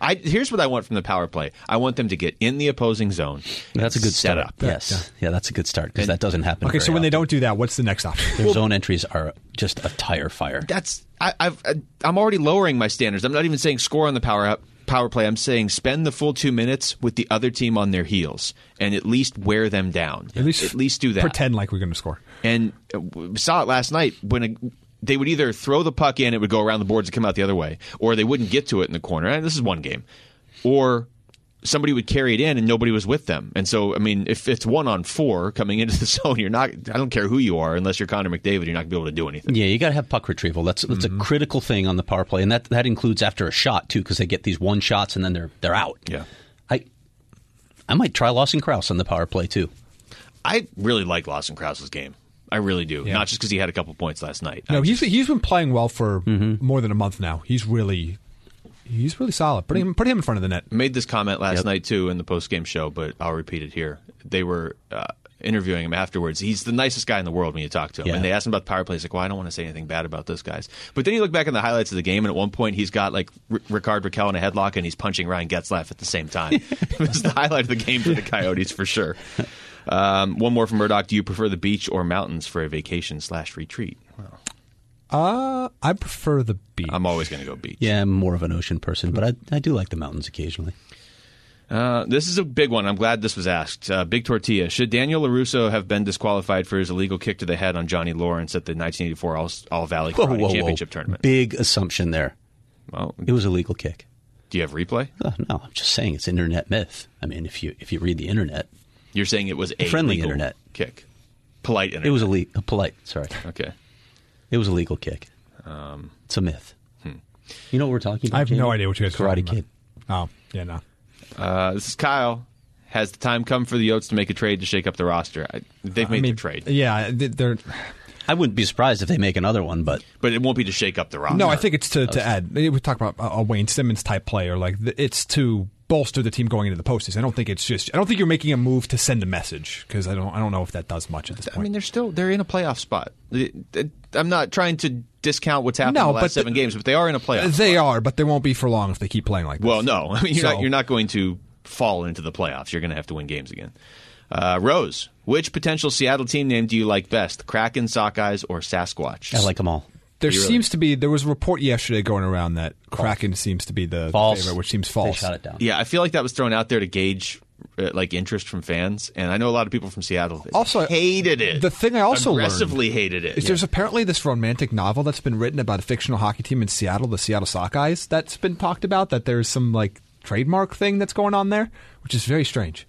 B: I here's what I want from the power play. I want them to get in the opposing zone.
C: That's a
B: and
C: good
B: set
C: start.
B: up.
C: Yes, yeah. that's a good start because that doesn't happen.
D: Okay,
C: very
D: so when they
C: often.
D: don't do that, what's the next option?
C: their zone entries are just a tire fire.
B: that's I, I've uh, I'm already lowering my standards. I'm not even saying score on the power up power play. I'm saying spend the full two minutes with the other team on their heels and at least wear them down. at least do that.
D: Pretend like we're going to score.
B: And uh, we saw it last night when a, they would either throw the puck in, it would go around the boards and come out the other way, or they wouldn't get to it in the corner. And this is one game, or somebody would carry it in and nobody was with them. And so, I mean, if it's one on four coming into the zone, you're not. I don't care who you are, unless you're Connor McDavid, you're not going to be able to do anything.
C: Yeah, you got to have puck retrieval. That's that's
D: Mm-hmm.
C: a critical thing on the power play, and that that includes after a shot too, because they get these one shots and then they're they're out.
B: Yeah.
C: I I might try Lawson Krause on the power play too.
B: I really like Lawson Krause's game. I really do. Not just because he had a couple points last night.
D: No,
B: I
D: he's he's been playing well for more than a month now. He's really he's really solid. Put him put him in front of the net.
B: made this comment last night too in the post game show, but I'll repeat it here. They were uh, interviewing him afterwards. He's the nicest guy in the world when you talk to him.
C: Yeah.
B: And they asked him about the power plays. Like, well, I don't want to say anything bad about those guys. But then you look back in the highlights of the game, and at one point he's got like R- Ricard Raquel in a headlock, and he's punching Ryan Getzlaff at the same time. it was the highlight of the game for the Coyotes for sure. Um, one more from Murdoch. Do you prefer the beach or mountains for a vacation slash retreat?
D: Uh, I prefer the beat.
B: I'm always going to go beach.
C: Yeah, I'm more of an ocean person, but I I do like the mountains occasionally.
B: Uh, this is a big one. I'm glad this was asked. Uh, big tortilla. Should Daniel LaRusso have been disqualified for his illegal kick to the head on Johnny Lawrence at the 1984 All, All Valley
C: Whoa,
B: Karate
C: whoa, whoa.
B: Championship tournament?
C: Big assumption there.
B: Well,
C: It was a legal kick.
B: do you have replay?
C: Oh, no, I'm just saying it's internet myth. I mean, if you if you read the internet,
B: You're saying it was a
C: Friendly
B: legal
C: internet.
B: kick, polite internet.
C: it was a, le- a polite. Sorry,
B: okay.
C: it was a legal kick.
B: Um,
C: it's a myth.
B: hmm.
C: You know what we're talking about?
D: I have no
C: Jamie?
D: idea what you guys are
C: Karate
D: talking
C: Kid.
D: about. Oh yeah, no.
B: Uh, this is Kyle. Has the time come for the Oats to make a trade to shake up the roster? I, they've made
D: I
B: their
D: mean,
B: trade,
D: Yeah, th- they're
C: I wouldn't be surprised if they make another one, but
B: but it won't be to shake up the roster.
D: no. I think it's to, to add. We talk about a a Wayne Simmons type player. Like th- it's to bolster the team going into the postseason. I don't think it's just. I don't think you're making a move to send a message because I don't. I don't know if that does much at this
B: I mean,
D: point.
B: they're still they're in a playoff spot. It- it- I'm not trying to discount what's happened
D: No,
B: in the last
D: but the-
B: seven games, but they are in a playoff. spot.
D: Uh, they are, but they won't be for long if they keep playing like this.
B: Well, no, I mean you're
D: So-
B: not you're not going to fall into the playoffs. You're going to have to win games again. Uh, Rose, which potential Seattle team name do you like best? Kraken, Sockeyes, or Sasquatch?
C: I like them all.
D: There seems to be there was a report yesterday going around that Kraken seems to be the
C: False.
D: favorite, which seems false.
C: They shot it down.
B: Yeah, I feel like that was thrown out there to gauge uh, like interest from fans, and I know a lot of people from Seattle that
D: Also,
B: hated it.
D: the thing I also learned-
B: aggressively hated it.
D: Is There's apparently this romantic novel that's been written about a fictional hockey team in Seattle, the Seattle Sockeyes, that's been talked about. That there's some like trademark thing that's going on there, which is very strange.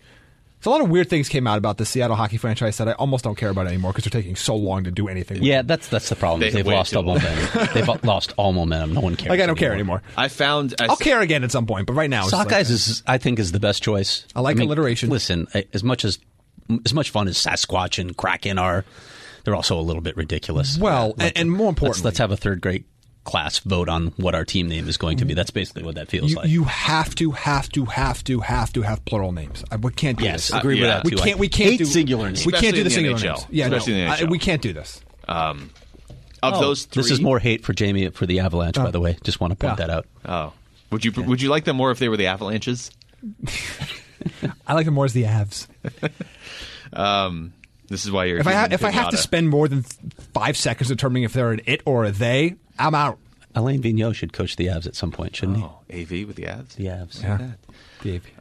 D: So a lot of weird things came out about the Seattle hockey franchise that I almost don't care about anymore because they're taking so long to do anything. with
C: Yeah,
D: them.
C: that's that's the problem.
B: They
C: They have
B: waited
C: lost
B: too
C: all
B: long.
C: momentum. They've al- lost all momentum. No one cares.
D: like I don't care anymore.
B: I found I
D: I'll care again at some point, but right now, it's just
C: Sockeyes
D: like,
C: is, I think, is the best choice.
D: I like alliteration.
C: Listen, I- as much as as much fun as Sasquatch and Kraken are, they're also a little bit ridiculous.
D: Well,
C: Let's-
D: and- and more
C: let's, let's have a third grade class vote on what our team name is going to be. That's basically what that feels
D: you,
C: like.
D: you have to, have to, have to, have to have plural names. I, we can't do
C: yes, uh,
D: this.
C: agree with
B: yeah.
C: that.
D: we
C: too. I
D: can't. We can't
C: hate
D: do
C: singular names.
D: We can't
B: Especially
D: do
B: in
D: the
B: the
D: singular
B: NHL.
D: names. Yeah,
B: Especially
D: no,
B: in the
D: I-
B: NHL.
D: we can't do this.
B: of
D: Oh,
B: those three.
C: This is more hate for Jamie for the Avalanche, by the way. Just want to point
D: Uh, Yeah.
C: that out.
B: Oh, would you would you like them more if they were the Avalanches?
D: I like them more as the Avs.
B: This is why you're. a
D: If I ha-
B: human
D: if I have to
B: pinata.
D: spend more than th- five seconds determining if they're an it or a they, I'm out.
C: Alain Vigneault should coach the Avs at some point, shouldn't
B: oh, AV with the Avs.
C: he? The Avs.
D: Yeah.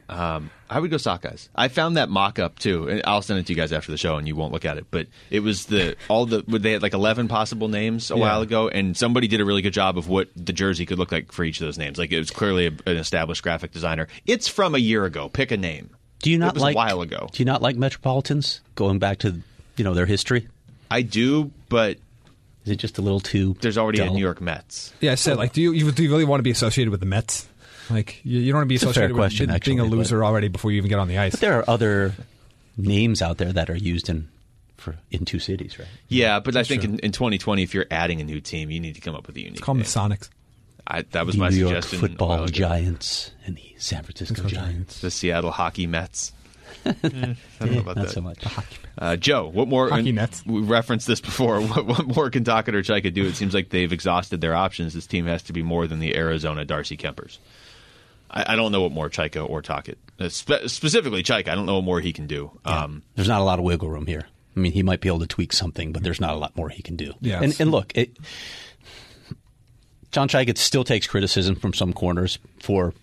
B: Um, I would go sockeyes. I found that mock up too. and I'll send it to you guys after the show, and you won't look at it. But it was the all the they had like eleven possible names a while ago, and somebody did a really good job of what the jersey could look like for each of those names. Like it was clearly a, an established graphic designer. It's from a year ago. Pick a name.
C: Do you not
B: it was a
C: like
B: while ago?
C: Do you not like metropolitans going back to you know their history?
B: I do, but
C: Is it just a little too?
B: there's already a
C: dull?
B: New York Mets.
D: Yeah, I said like, do you, you do you really want to be associated with the Mets? Like, you, you don't want to be
C: a fair
D: associated with
C: question,
D: being- being a
C: actually, but-
D: loser already before you even get on the ice.
C: But there are other names out there that are used in for in two cities, right?
B: Yeah, but I think in, in 2020, if you're adding a new team, you need to come up with a unique.
D: Call them
B: name.
D: the Sonics.
B: I, that was
C: The
B: my
C: New York
B: suggestion. a while
C: Football
B: ago.
C: Giants and the San Francisco Giants.
B: the Seattle Hockey Mets. I don't know about
C: Not
B: that.
C: so much.
B: Uh, Joe, what more?
D: Hockey
B: and
D: Mets.
B: We referenced this before. What, what more can Dockett or Chaika do? It seems like they've exhausted their options. This team has to be more than the Arizona Darcy Kempers. I, I don't know what more Chaika or Tockett, uh, spe- specifically Chaika. I don't know what more he can do. Um,
C: There's not a lot of wiggle room here. I mean, he might be able to tweak something, but there's not a lot more he can do.
D: Yeah.
C: And, and look, it, John Chigat still takes criticism from some corners for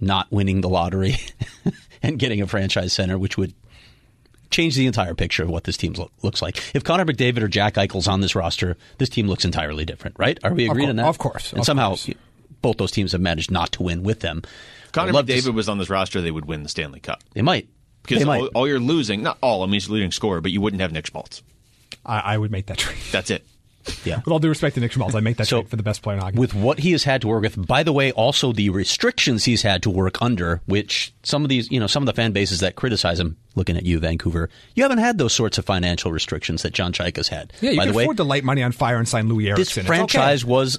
C: not winning the lottery and getting a franchise center, which would change the entire picture of what this team lo- looks like. If Connor McDavid or Jack Eichel's on this roster, this team looks entirely different, right? Are we agreeing
D: cour-
C: on that?
D: of course,
C: And
D: of
C: somehow
D: course.
C: both those teams have managed not to win with them.
B: Connor
C: I'd love to
B: McDavid
C: s-
B: was on this roster, they would win the Stanley Cup
C: They might.
B: because
C: they might.
B: all, all you're losing, not all. I mean, he's the leading scorer, but you wouldn't have Nick Schmaltz.
D: I, I would make that trade.
B: That's it.
C: yeah.
D: With all due respect to Nick Schmaltz, I make that
C: So-
D: trade for the best player in hockey.
C: with what he has had to work with. By the way, also the restrictions he's had to work under, which some of these, you know, some of the fan bases that criticize him, looking at you, Vancouver, you haven't had those sorts of financial restrictions that John Chaika's had.
D: yeah, you
C: By
D: can
C: the way,
D: afford to light money on fire and sign Louis
C: this
D: Erickson. It's
C: franchise
D: okay.
C: was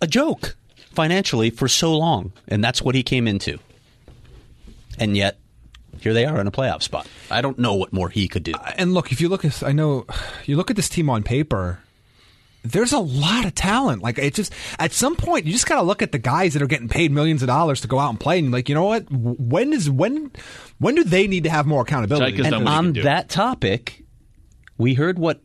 C: a joke financially for so long, and that's what he came into. And yet, here they are in a playoff spot. I don't know what more he could do.
D: and look, if you look at, I know, you look at this team on paper. There's a lot of talent. Like it just at some point, you just gotta look at the guys that are getting paid millions of dollars to go out and play, and like, you know what? W- When is when? When do they need to have more accountability?
B: Jake is done
C: and
B: what he can
C: on
B: do.
C: that topic, we heard what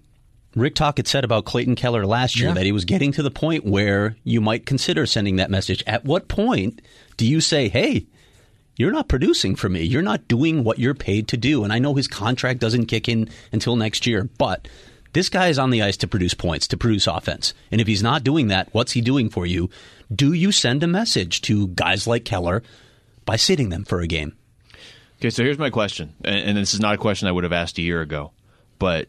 C: Rick Tock had said about Clayton Keller last year
D: Yeah.
C: that he was getting to the point where you might consider sending that message. At what point do you say, "Hey, you're not producing for me. You're not doing what you're paid to do." And I know his contract doesn't kick in until next year, but this guy is on the ice to produce points, to produce offense. And if he's not doing that, what's he doing for you? Do you send a message to guys like Keller by sitting them for a game?
B: Okay, so here's my question, and, and this is not a question I would have asked a year ago, but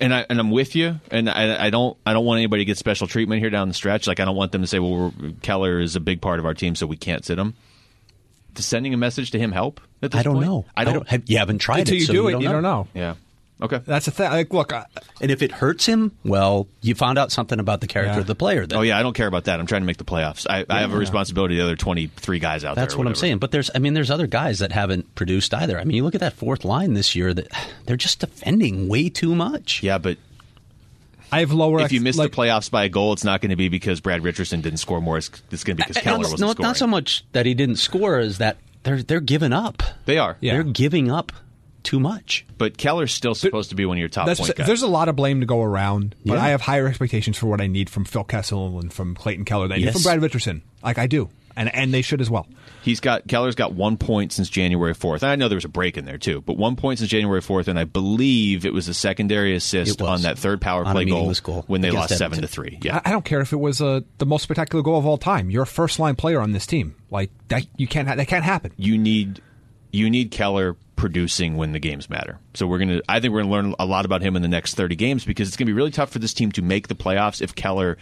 B: and I and I'm with you, and I, I don't I don't want anybody to get special treatment here down the stretch. Like I don't want them to say, well, we're, Keller is a big part of our team, so we can't sit him. Does sending a message to him help? At this
C: I don't
B: point?
C: know.
B: I don't.
C: have, you haven't tried
D: Until
C: it,
D: you
C: so
D: do it, you don't know.
B: yeah. Okay.
D: That's the thing. Like, look, I,
C: And if it hurts him, well, you found out something about the character
D: Yeah.
C: of the player. Then.
B: Oh yeah, I don't care about that. I'm trying to make the playoffs. I, I have a responsibility to the other 23 guys out there.
C: that's
B: or
C: what I'm
B: whatever.
C: saying. But there's, I mean, there's other guys that haven't produced either. I mean, you look at that fourth line this year; that they're just defending way too much.
B: Yeah, but
D: I have lower.
B: if you
D: ex-
B: miss
D: like,
B: the playoffs by a goal, it's not going to be because Brad Richardson didn't score more. It's, it's going to be because
C: And
B: Keller
C: not-
B: wasn't
C: not,
B: scoring.
C: not so much that he didn't score as that they're they're giving up.
B: They are.
D: Yeah.
C: They're giving up too much.
B: But Keller's still supposed to be one of your top
D: That's
B: point guys.
D: there's a lot of blame to go around, but I have higher expectations for what I need from Phil Kessel and from Clayton Keller than I need
C: Yes.
D: from Brad Richardson. Like I do, and and they should as well.
B: He's got Keller's got one point since January fourth. And I know there was a break in there too, but one point since January fourth, and I believe it was a secondary assist
C: It was.
B: on that third power
C: On a
B: play goal,
C: meaningless goal
B: when they
C: against
B: lost seven
C: Edmonton.
B: to three. Yeah,
D: I, I don't care if it was uh, the most spectacular goal of all time. You're a first line player on this team. Like that, you can't. Ha- that can't happen.
B: you need you need Keller producing when the games matter. So we're gonna I think we're gonna learn a lot about him in the next thirty games because it's gonna be really tough for this team to make the playoffs if Keller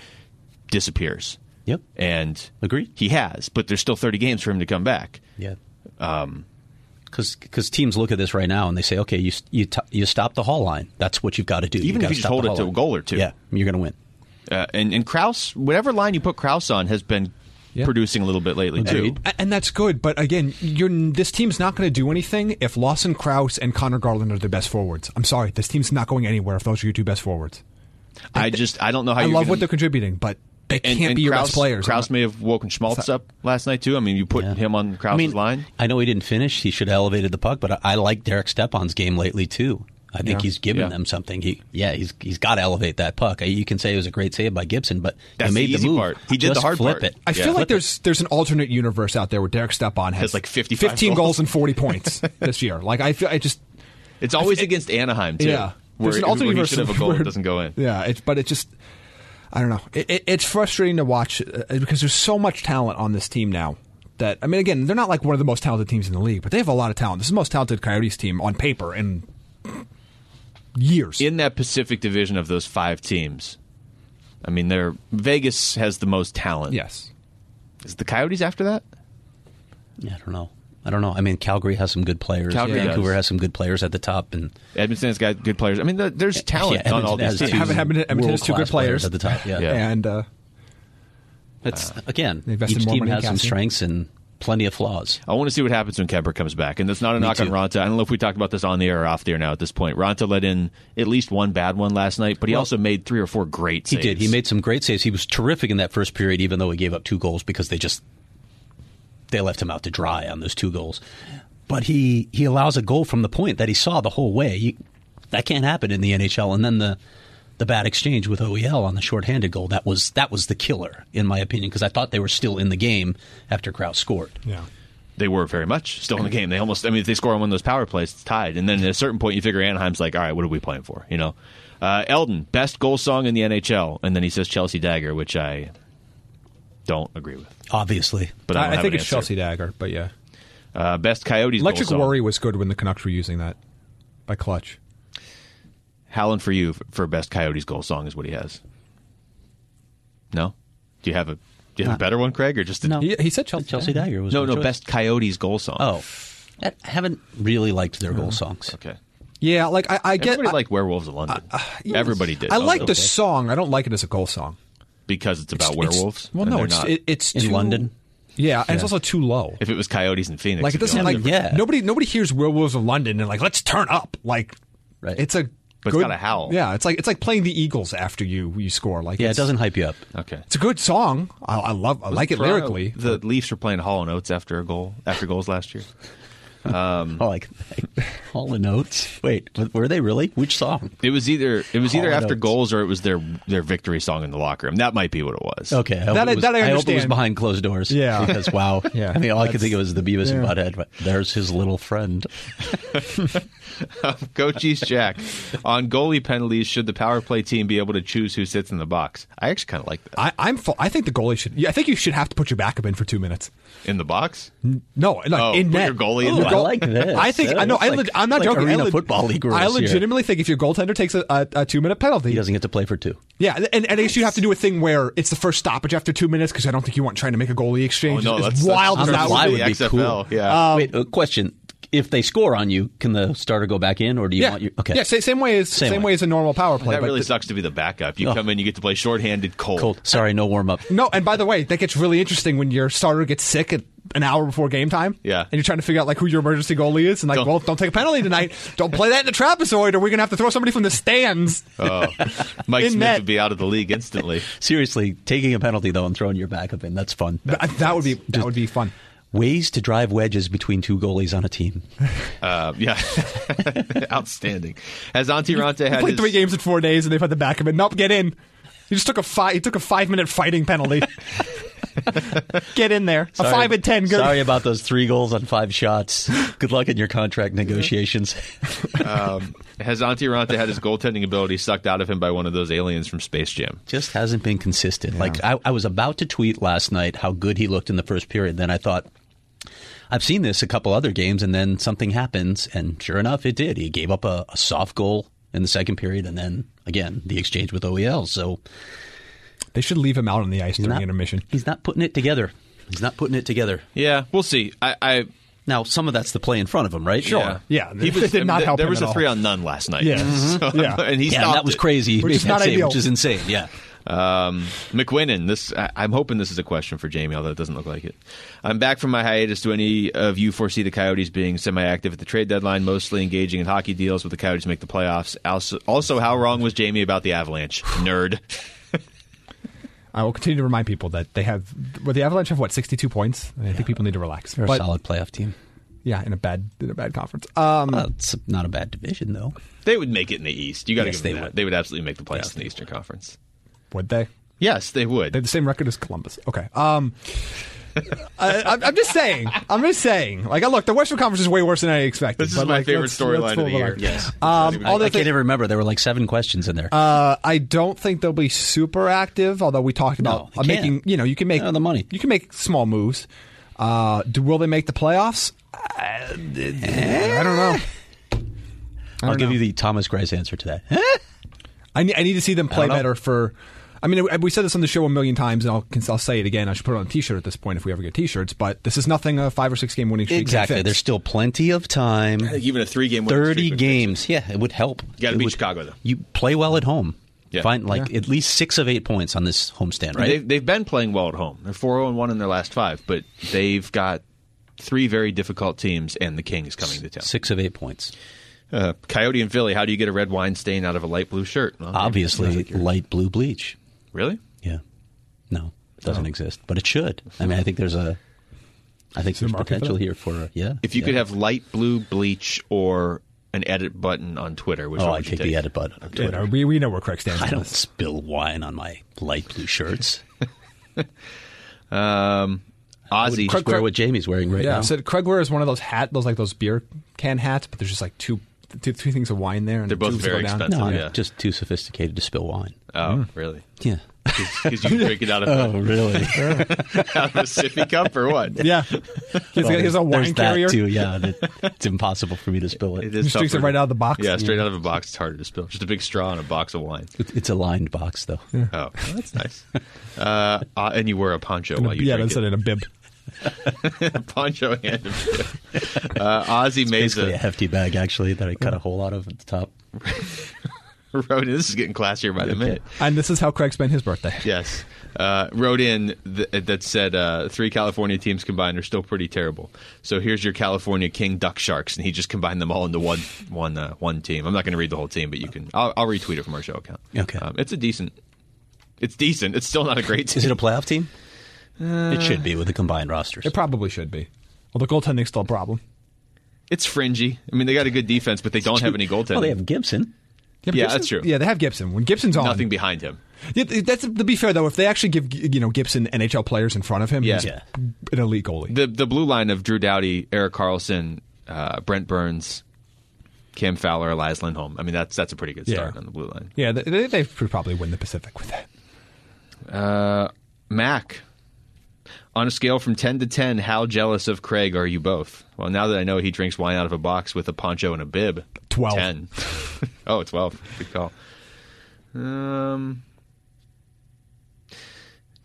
B: disappears.
C: Yep.
B: And
C: Agreed.
B: he has, but there's still thirty games for him to come back.
C: Yeah. because Um, teams look at this right now and they say, okay, you s- you t- you stop the haul line. That's what you've got to do.
B: Even if
C: You've
B: you
C: got to
B: just
C: stop
B: hold
C: the
B: it
C: haul
B: to a
C: line.
B: goal or two.
C: Yeah, you're going to win.
B: Uh, and and Kraus, whatever line you put Kraus on, has been
D: Yeah.
B: producing a little bit lately
C: Agreed.
B: too.
D: A- And that's good, but again, you're, this team's not going to do anything if Lawson Krause and Connor Garland are their best forwards. I'm sorry, this team's not going anywhere if those are your two best forwards.
B: I just I don't know how
D: I
B: you
D: love what they're contributing, but they
B: and,
D: can't
B: and
D: be your
B: Kraus,
D: best players.
B: Kraus
D: I'm-
B: may have woken Schmaltz up last night too. I mean, you put him on Kraus's
C: I mean,
B: line.
C: I know he didn't finish. He should have elevated the puck, but I, I like Derek Stepan's game lately too. I think
B: Yeah.
C: he's given
B: Yeah.
C: them something. He, yeah, he's he's got to elevate that puck. You can say it was a great save by Gibson, but
B: That's
C: you
B: the
C: made the,
B: easy
C: move.
B: part. He did the
C: Just
B: hard
C: flip
B: part.
C: it.
D: I
B: Yeah.
D: feel like
B: Flip it.
D: there's there's an alternate universe out there where Derek Stepan has,
B: Has, like, 55
D: 15 goals.
B: goals.
D: and 40 points this year. Like I feel I just
B: It's always against Anaheim too.
D: yeah.
B: where,
D: there's an alternate
B: where he
D: universe
B: should have a goal
D: where-
B: that doesn't go in.
D: Yeah, it's but it just I don't know. It, it, it's frustrating to watch uh, because there's so much talent on this team now. That I mean, again, they're not like one of the most talented teams in the league, but they have a lot of talent. This is the most talented Coyotes team on paper in years.
B: in that Pacific division of those five teams, I mean, they're Vegas has the most talent.
D: yes.
B: is the Coyotes after that?
C: Yeah, I don't know. I don't know. I mean, Calgary has some good players.
B: Calgary
C: Vancouver
B: does.
C: has some good players at the top, and
B: Edmonton's got good players. I mean, the, there's talent
C: yeah,
B: on all
C: Edmonton
B: these
C: has
B: teams.
C: two
D: Haven't happened to- Edmonton has two good
C: world-class
D: players.
C: at the top. Yeah,
B: Yeah.
D: And uh,
C: It's- Uh, again,
D: They invested
C: each
D: more
C: team
D: money in
C: has some
D: Cassian.
C: strengths and plenty of flaws.
B: I want to see what happens when Kemper comes back. And that's not a knock on
C: too.
B: Ronta. I don't know if we talked about this on the air or off the air now at this point. Ronta let in at least one bad one last night, but he also made three or four great
C: He
B: saves.
C: did. He made some great saves. He was terrific in that first period, even though he gave up two goals because they just they left him out to dry on those two goals. But he he allows a goal from the point that he saw the whole way. You, that can't happen in the NHL. And then the the bad exchange with OEL on the shorthanded goal that was that was the killer in my opinion because I thought they were still in the game after Kraus scored.
D: yeah.
B: They were very much still in the game. They almost, I mean, if they score on one of those power plays, it's tied. And then at a certain point, you figure Anaheim's like, all right, what are we playing for? You know? Uh, Eldon, best goal song in the NHL. And then he says Chelsea Dagger, which I don't agree with.
C: Obviously,
B: But I, don't
D: I, I
B: have
D: think
B: an
D: it's
B: answer.
D: Chelsea Dagger, but yeah.
B: Uh, best Coyotes
D: Electric
B: goal song.
D: Worry was good when the Canucks were using that by Clutch.
B: Howlin' for You f- for best Coyotes goal song is what he has. No? Do you have a do you have a better one, Craig, or just a,
C: no.
D: He, he said Chelsea.
C: Chelsea Dagger was
B: no,
C: my
B: no
C: choice.
B: best Coyotes goal song?
C: Oh, I haven't really liked their goal songs.
B: okay.
D: Yeah, like I, I get.
B: Everybody
D: I, uh,
B: liked Werewolves of London. Everybody did.
D: I like
B: Oh,
D: the song. I don't like it as a goal song.
B: because it's
C: uh,
B: about
D: It's- it's-
B: werewolves.
D: Well,
B: and
D: no,
B: they're
D: it's
B: not.
D: it, it's
C: In
D: too-
C: London?
D: Yeah, and it's also too low.
B: if it was Coyotes in Phoenix,
D: Like it
B: it'd be
D: doesn't
B: all
D: like
B: different.
C: Yeah.
D: nobody nobody hears Werewolves of London and like let's turn up like
C: Right.
D: it's a
B: But it's
D: good,
B: got a howl.
D: Yeah, it's like it's like playing the Eagles after you you score like
C: Yeah, it
D: it's-
C: doesn't hype you up.
B: Okay.
D: It's a good song. I, I love I like it
B: Toronto-
D: lyrically.
B: the Leafs were playing Hall and Oates after a goal after goals last year.
C: Oh, like all the notes. Wait, w- were they really? Which song?
B: It was either it was either
C: Hall and
B: after
C: Oates.
B: goals or it was their their victory song in the locker room. That might be what it was.
C: Okay, I hope
D: That I-
C: it was,
D: that I
C: hope it was
D: understand.
C: behind closed doors.
D: Yeah.
C: because wow.
D: Yeah,
C: I mean, all I could
D: that's-
C: think of was the Beavis and Butthead. But there's his little friend.
B: Coach East Jack on goalie penalties. Should the power play team be able to choose who sits in the box? I actually kind of like that.
D: I, I'm full, I think the goalie should. Yeah, I think you should have to put your backup in for two minutes.
B: In the box,
D: No, no,
B: Oh,
D: in
B: put
D: net.
B: your goalie in
D: Your
B: there.
C: I like this.
D: I think
C: That
D: I know.
C: looks
D: I
C: like-
D: leg- I'm not
C: like
D: joking. I
C: Arena
D: leg-
C: Football League rules
D: I
C: here.
D: legitimately think if your goaltender takes a, a, a two minute penalty,
C: He doesn't get to play for two.
D: Yeah, and, and I guess you have to do a thing where it's the first stoppage after two minutes because I don't think you want trying to make a goalie exchange.
B: Oh, no,
D: as
B: that's- that's
D: wild as
B: terrible.
D: that
C: the fly
D: would
B: the
D: be.
C: would be
B: XFL,
C: cool.
B: yeah.
C: Wait,
D: Um,
C: a question. If they score on you, can the starter go back in, or do you
D: Yeah,
C: want your? Okay.
D: yeah, sa- same way as same,
C: Same
D: way.
C: way.
D: as a normal power play.
B: that
D: but
B: really
D: the-
B: sucks to be the backup. You come in, you get to play shorthanded cold.
C: Cold. Sorry, no warm up.
D: No, and by the way, that gets really interesting when your starter gets sick at an hour before game time.
B: Yeah.
D: and you're trying to figure out like who your emergency goalie is, and like,
B: Don't-
D: well, don't take a penalty tonight. don't play that in the trapezoid, or we're gonna have to throw somebody from the stands.
B: Oh. Mike
D: In
B: Smith
D: net.
B: would be out of the league instantly.
C: Seriously, taking a penalty though and throwing your backup in—that's fun.
D: But I- that would be that would be fun.
C: Ways to drive wedges between two goalies on a team.
B: Uh, yeah, outstanding. Has Antirante had
D: Played
B: his,
D: three games in four days, and they've had the back of it. Nope, get in. He just took a five. He took a five minute fighting penalty. get in there. A five and ten. Good.
C: Sorry about those three goals on five shots. Good luck in your contract negotiations.
B: um, Has Antirante had his goaltending ability sucked out of him by one of those aliens from Space Jam?
C: Just hasn't been consistent. Like I, I was about to tweet last night how good he looked in the first period. Then I thought, I've seen this a couple other games, and then something happens, and sure enough, it did. He gave up a, a soft goal in the second period, and then again the exchange with OEL. So
D: They should leave him out on the ice during
C: not-
D: intermission.
C: he's not putting it together. He's not putting it together.
B: Yeah, we'll see. I, I
C: Now some of that's the play in front of him, right?
B: Yeah,
D: Yeah,
B: He
D: it
B: was,
D: did
B: I mean,
D: not
B: th-
D: help
B: There
D: him
B: was
D: at
B: a
D: all.
B: three on none last night.
D: Yeah.
B: So-
D: Yeah.
B: and he
C: Yeah, and
B: stopped
C: that was
B: it.
C: crazy. He
D: Which
C: made
D: is
C: that
D: not
C: save,
D: ideal.
C: which is insane. Yeah.
B: Um, McWinnon, this I, I'm hoping this is a question for Jamie, although it doesn't look like it. I'm back from my hiatus. Do any of you foresee the Coyotes being semi-active at the trade deadline, mostly engaging in hockey deals with the Coyotes make the playoffs? Also, also how wrong was Jamie about the Avalanche? Nerd.
D: I will continue to remind people that they have. Well, the Avalanche have what sixty-two points. I think people need to relax.
C: They're
D: But-
C: a solid playoff team.
D: Yeah, in a bad in a bad conference. Um,
C: Well, it's not a bad division, though.
B: They would make it in the East. You got to
C: Yes,
B: give them
C: they
B: that.
C: would.
B: They would absolutely make the playoffs in the Eastern Conference.
D: would they?
B: Yes, they would.
D: They have the same record as Columbus. Okay. Um, I, I'm- I'm just saying. I'm just saying. Like, look, the Western Conference is way worse than I expected.
B: this is
D: but,
B: my
D: like,
B: favorite
D: let's- let's
B: storyline of the
D: move
B: year.
D: along.
B: Yes.
D: Um,
C: I,
D: all the
C: I can't even remember. There were like seven questions in there.
D: Uh, I don't think they'll be super active. Although we talked about
C: they
D: uh, making,
C: can't.
D: you know, you can make
C: They're on the money.
D: You can make small moves. Uh, do, will they make the playoffs?
C: Uh,
D: I, I don't know.
C: I'll give you the Thomas Grice answer to that.
D: I need, I need to see them play
C: don't know.
D: better for. I mean, we said this on the show a million times, and I'll, I'll say it again. I should put it on a T-shirt at this point if we ever get T-shirts. But this is nothing a five or six game winning streak can
C: exactly.
D: fix.
C: There's still plenty of time.
B: Like, even a three game
C: Thirty games. Yeah, it would help.
B: You gotta
C: It
B: beat
C: would-
B: Chicago, though.
C: You play well at home.
B: Yeah.
C: Find like at least six of eight points on this homestand, right?
B: They've, they've been playing well at home. They're 4 0 1 in their last five, but they've got three very difficult teams, and the Kings coming to town.
C: six of eight points.
B: Uh, Coyote and Philly, how do you get a red wine stain out of a light blue shirt? Well,
C: Obviously, light blue bleach.
B: Really?
C: Yeah. No, it doesn't exist, but it should. I mean, I think there's a. I think there's
D: market for
C: potential
D: that?
C: here for a, yeah.
B: If you
C: yeah.
B: could have light blue bleach or an edit button on Twitter, which
C: oh,
B: one
C: I
B: would you
C: kick
B: take?
C: the edit button on
D: You know,
C: Twitter.
D: we, we know where Craig stands.
C: I
D: on
C: don't
D: this.
C: spill wine on my light blue shirts.
B: Um, Ozzy,
D: Craig-
C: Wear what Jamie's wearing right
D: Yeah,
C: now.
D: so Craig wears one of those hat, those like those beer can hats, but there's just like two, two, two things of wine there, and
B: They're both
D: tubes that
B: very
D: go down.
B: expensive.
C: no,
B: yeah.
C: just too sophisticated to spill wine.
B: oh, really?
C: Yeah.
B: Because you drink it out of,
D: Oh,
B: a,
C: really?
B: out of a sippy cup or what?
D: Yeah, he's, got, he's a
C: There's
D: wine carrier.
C: that too. Yeah, that- it's impossible for me to spill it.
B: It is
D: Just drinks it
B: tougher.
D: right out of the box.
B: Yeah, straight out of a box. It's harder to spill. Just a big straw and a box of wine.
C: It- It's a lined box, though.
B: Oh, well, that's nice. Uh, uh, and you wear a poncho while you
D: yeah,
B: drink
D: that's it
B: it.
D: in a bib.
B: A poncho and a uh, Ozzy
C: Basically, a
B: Mesa
C: hefty bag actually that I cut a hole out of at the top.
B: wrote in. This is getting classier by the minute.
D: And this is how Craig spent his birthday.
B: Yes. Uh, wrote in th- that said uh, three California teams combined are still pretty terrible. So here's your California King Duck Sharks, and he just combined them all into one one uh, one team. I'm not going to read the whole team, but you can. I'll, I'll retweet it from our show account.
C: Okay.
B: Um, it's a decent. It's decent. It's still not a great team.
C: Is it a playoff team? it should be with the combined rosters.
D: It probably should be. Well, the goaltending's still a problem.
B: It's fringy. I mean, they got a good defense, but they don't have any goaltending.
C: Well, they have Gibson.
D: Yeah, but
B: Yeah,
D: Gibson-
B: that's true.
D: Yeah, they have Gibson. When Gibson's on,
B: nothing behind him.
D: Yeah, th- that's to be fair though. If they actually give you know Gibson NHL players in front of him,
B: Yeah.
D: he's
C: Yeah.
D: an elite goalie.
B: The the blue line of Drew Doughty, Eric Carlson, uh, Brent Burns, Cam Fowler, Elias Lindholm. I mean, that's that's a pretty good start
D: Yeah.
B: on the blue line.
D: yeah, they- they, they could probably win the Pacific with that.
B: Mac, on a scale from 10 to 10, how jealous of Craig are you both? Well, now that I know he drinks wine out of a box with a poncho and a bib.
D: 12.
B: 10. oh, 12. Good call. Um,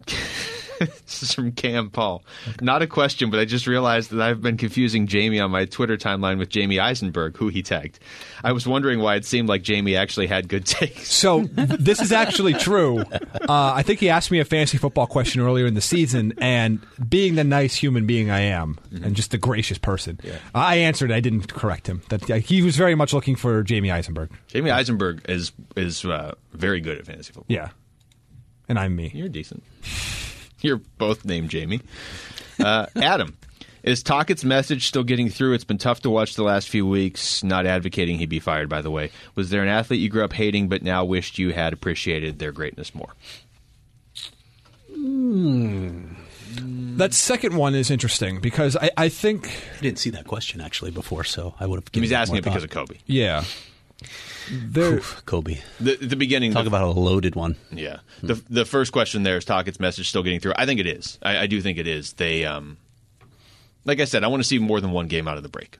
B: this is from Cam Paul. Not a question, but I just realized that I've been confusing Jamie on my Twitter timeline with Jamie Eisenberg, who he tagged. I was wondering why it seemed like Jamie actually had good takes.
D: So this is actually true. Uh, I think he asked me a fantasy football question earlier in the season, and being the nice human being I am,
B: Mm-hmm.
D: and just the gracious person, I answered. I didn't correct him. That uh, he was very much looking for Jamie Eisenberg.
B: Jamie Eisenberg is is uh, very good at fantasy football.
D: Yeah, and I'm me.
B: You're decent. You're both named Jamie. Uh, Adam, is Tockett's message still getting through? It's been tough to watch the last few weeks. Not advocating he be fired, by the way. Was there an athlete you grew up hating but now wished you had appreciated their greatness more?
D: That second one is interesting because I, I think
C: I didn't see that question actually before, so I would have. Given
B: He's
C: it
B: asking
C: more
B: it because of
C: thought.
B: Kobe.
D: yeah, there.
C: Oof, Kobe.
B: The, the beginning.
C: Talk about Hmm. a loaded one.
B: Yeah. The the first question there is Tockett's message still getting through. I think it is. I, I do think it is. They um like I said, I want to see more than one game out of the break.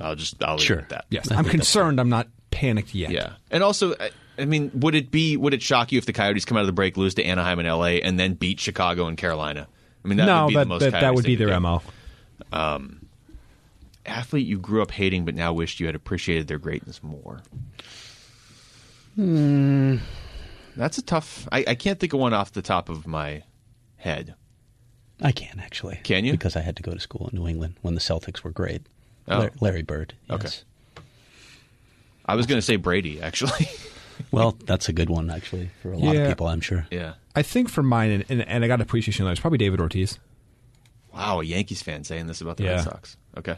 B: I'll just I'll leave
C: Sure.
B: it at that.
D: Yes, I'm concerned. I'm not panicked yet.
B: Yeah, and also, I- I mean, would it be would it shock you if the Coyotes come out of the break, lose to Anaheim and L.A., and then beat Chicago and Carolina? I mean, that
D: no,
B: would be
D: that
B: the most
D: that, that
B: Coyotes
D: would
B: thing
D: be
B: to
D: their
B: do.
D: mo.
B: Athlete you grew up hating, but now wished you had appreciated their greatness more. That's a tough. I, I can't think of one off the top of my head.
C: I can actually.
B: Can you?
C: Because I had to go to school in New England when the Celtics were great.
B: Oh.
C: Lar- Larry Bird. Yes.
B: Okay. I was going to say Brady, actually.
C: Well, that's a good one actually for a lot
D: Yeah.
C: of people, I'm sure.
B: yeah.
D: I think for mine, and, and, and I got appreciation. It's probably David Ortiz.
B: Wow, a Yankees fan saying this about the
D: Yeah.
B: Red Sox. Okay.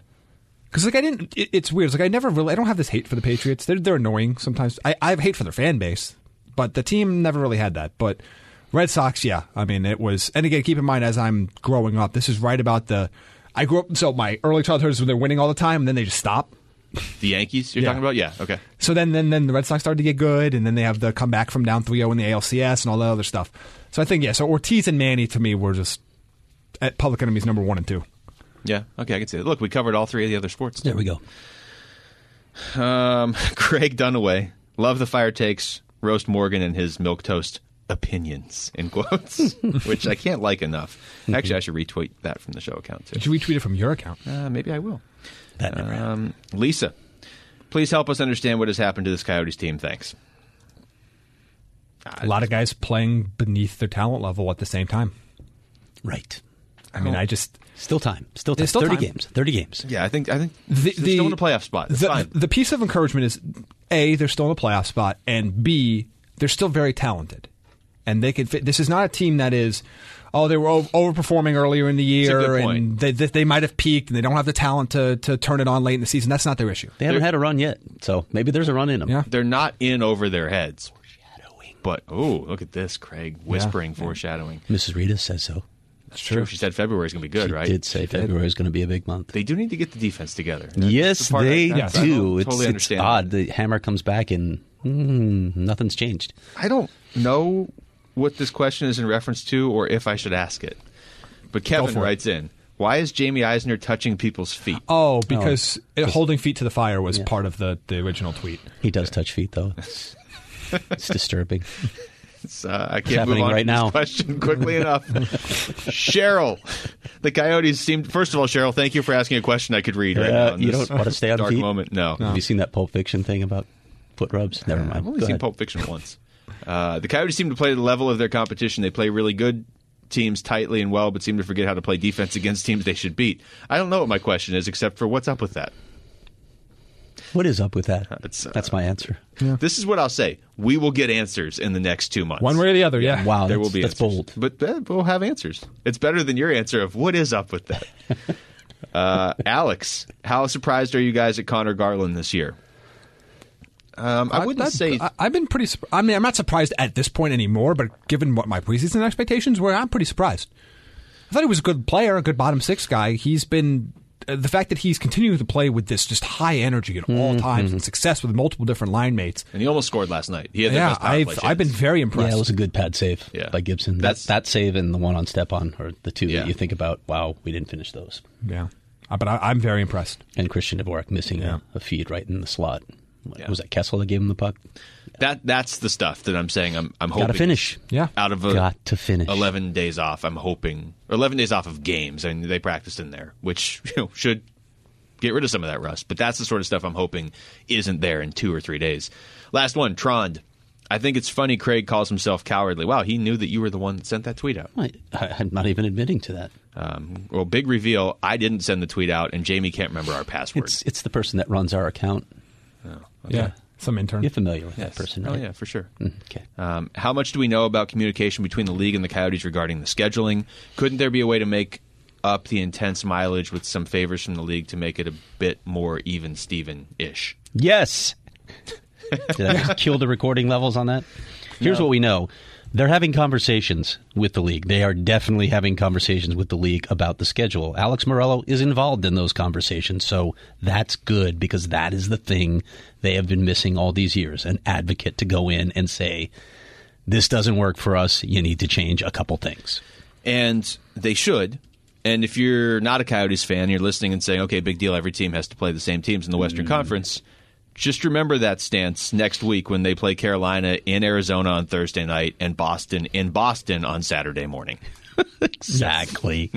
D: Because like I didn't, it, it's weird. It's like I never really, I don't have this hate for the Patriots. They're they're annoying sometimes. I, I have hate for their fan base, but the team never really had that. But Red Sox, yeah. I mean, it was. And again, keep in mind as I'm growing up, this is right about the. I grew up. So my early childhood is when they're winning all the time, and then they just stop.
B: The Yankees you're
D: Yeah.
B: talking about? Yeah. Okay.
D: So then, then, then the Red Sox started to get good, and then they have the comeback from down 3-0 in the ALCS and all that other stuff. So I think yeah. So Ortiz and Manny to me were just at public enemies number one and two.
B: Yeah. Okay. I can see it. Look, we covered all three of the other sports.
C: There we go.
B: Um, Craig Dunaway, love the fire takes, roast Morgan and his milk toast opinions in quotes, which I can't like enough. Actually, I should retweet that from the show account too.
D: Did you retweet it from your account?
B: Uh, maybe I will.
C: That never happened.
B: Um, Lisa, please help us understand what has happened to this Coyotes team. Thanks.
D: A lot of guys playing beneath their talent level at the same time.
C: Right.
D: I mean, I just
C: Still time. Still time.
D: There's still
C: 30
D: time.
C: games. 30 games.
B: Yeah, I think I think they're
D: the,
B: still in a playoff spot. It's
D: the,
B: fine.
D: the piece of encouragement is a they're still in a playoff spot, and b they're still very talented, and they could fit. This is not a team that is. Oh, they were o- overperforming earlier in the
B: a
D: year,
B: good
D: and
B: point.
D: they, they, they might have peaked, and they don't have the talent to, to turn it on late in the season. That's not their issue.
C: They haven't had a run yet, so maybe there's a run in them.
D: Yeah.
B: they're not in over their heads. But oh, look at this, Craig whispering foreshadowing.
C: Mrs. Rita says so.
B: That's true. She said February is going to be good,
C: she
B: right?
C: did say February is going to be a big month.
B: They do need to get the defense together. That's
C: yes,
B: the part I-
C: they
B: that's- I
C: do.
B: don't
C: It's,
B: totally
C: it's
B: understand
C: odd. The hammer comes back and mm, nothing's changed.
B: I don't know what this question is in reference to or if I should ask it. But Kevin
D: for it.
B: writes in Why is Jamie Eisner touching people's feet?
D: Oh, because it- holding feet to the fire was part of the, the original tweet.
C: He does touch feet, though. It's, it's disturbing.
B: It's, uh, I can't move
C: happening
B: on
C: right
B: to this
C: now.
B: question quickly enough. Cheryl, the Coyotes seemed. First of all, Cheryl, thank you for asking a question I could read right
C: Uh,
B: now. in
C: you
B: this
C: don't wanna stay on
B: dark
C: feet?
B: moment. No,
C: Have you seen that Pulp Fiction thing about foot rubs? Never mind.
B: Oh. I've only
C: Go
B: seen
C: ahead.
B: Pulp Fiction once. Uh, the Coyotes seem to play to the level of their competition. They play really good teams tightly and well, but seem to forget how to play defense against teams they should beat. I don't know what my question is, except for what's up with that.
C: What is up with that?
B: It's, uh,
C: That's my answer.
B: This is what I'll say. We will get answers in the next two months.
D: One way or the other, yeah.
C: Wow,
B: there
C: that's,
B: will be
C: that's
B: answers.
C: bold.
B: but eh, we'll have answers. It's better than your answer of what is up with that. uh, Alex, how surprised are you guys at Connor Garland this year? Um, I, wouldn't
D: I'd-
B: say
D: I, have been pretty. surp- I mean, I'm not surprised at this point anymore. But given what my preseason expectations were, I'm pretty surprised. I thought he was a good player, a good bottom six guy. He's been uh, the fact that he's continuing to play with this just high energy at
B: Mm-hmm.
D: all times and success with multiple different line mates.
B: and he almost scored last night. He had the
D: Yeah,
B: best power play
D: I've I've
B: chance.
D: been very
C: Yeah,
D: impressed.
C: it was a good pad save
B: Yeah.
C: by Gibson. That,
B: That's-
C: that save and the one on step on are the two
B: Yeah.
C: that you think about. Wow, we didn't finish those.
D: Yeah. Uh, but I, I'm very impressed.
C: And Christian Dvorak missing
D: Yeah.
C: a, a feed right in the slot. What-
B: Yeah.
C: Was that Kessel that gave him the puck?
B: That that's the stuff that I'm saying. I'm I'm hoping
C: Got to finish.
D: Yeah.
B: out of a
C: Got to finish.
B: 11 days off. I'm hoping or 11 days off of games. I mean, they practiced in there, which you know should get rid of some of that rust. But that's the sort of stuff I'm hoping isn't there in two or three days. Last one, Trond. I think it's funny Craig calls himself cowardly. Wow, he knew that you were the one that sent that tweet out.
C: I, I- I'm not even admitting to that.
B: Um, well, big reveal. I didn't send the tweet out, and Jamie can't remember our password.
C: It's it's the person that runs our account.
D: Yeah. Some intern.
C: You're familiar with
B: Yes.
C: that person,
B: Oh
C: right? Mm,
B: yeah, for sure.
C: Okay.
B: Um, how much do we know about communication between the league and the Coyotes regarding the scheduling? Couldn't there be a way to make up the intense mileage with some favors from the league to make it a bit more even Steven ish?
C: Yes. Did I just kill the recording levels on that? Here's what we know. They're having conversations with the league. They are definitely having conversations with the league about the schedule. Alex Morello is involved in those conversations, so that's good because that is the thing they have been missing all these years an advocate to go in and say, this doesn't work for us. You need to change a couple things.
B: And they should. And if you're not a Coyotes fan, you're listening and saying, okay, big deal, every team has to play the same teams in the Western Conference. Just remember that stance next week when they play Carolina in Arizona on Thursday night and Boston in Boston on Saturday morning.
C: Exactly.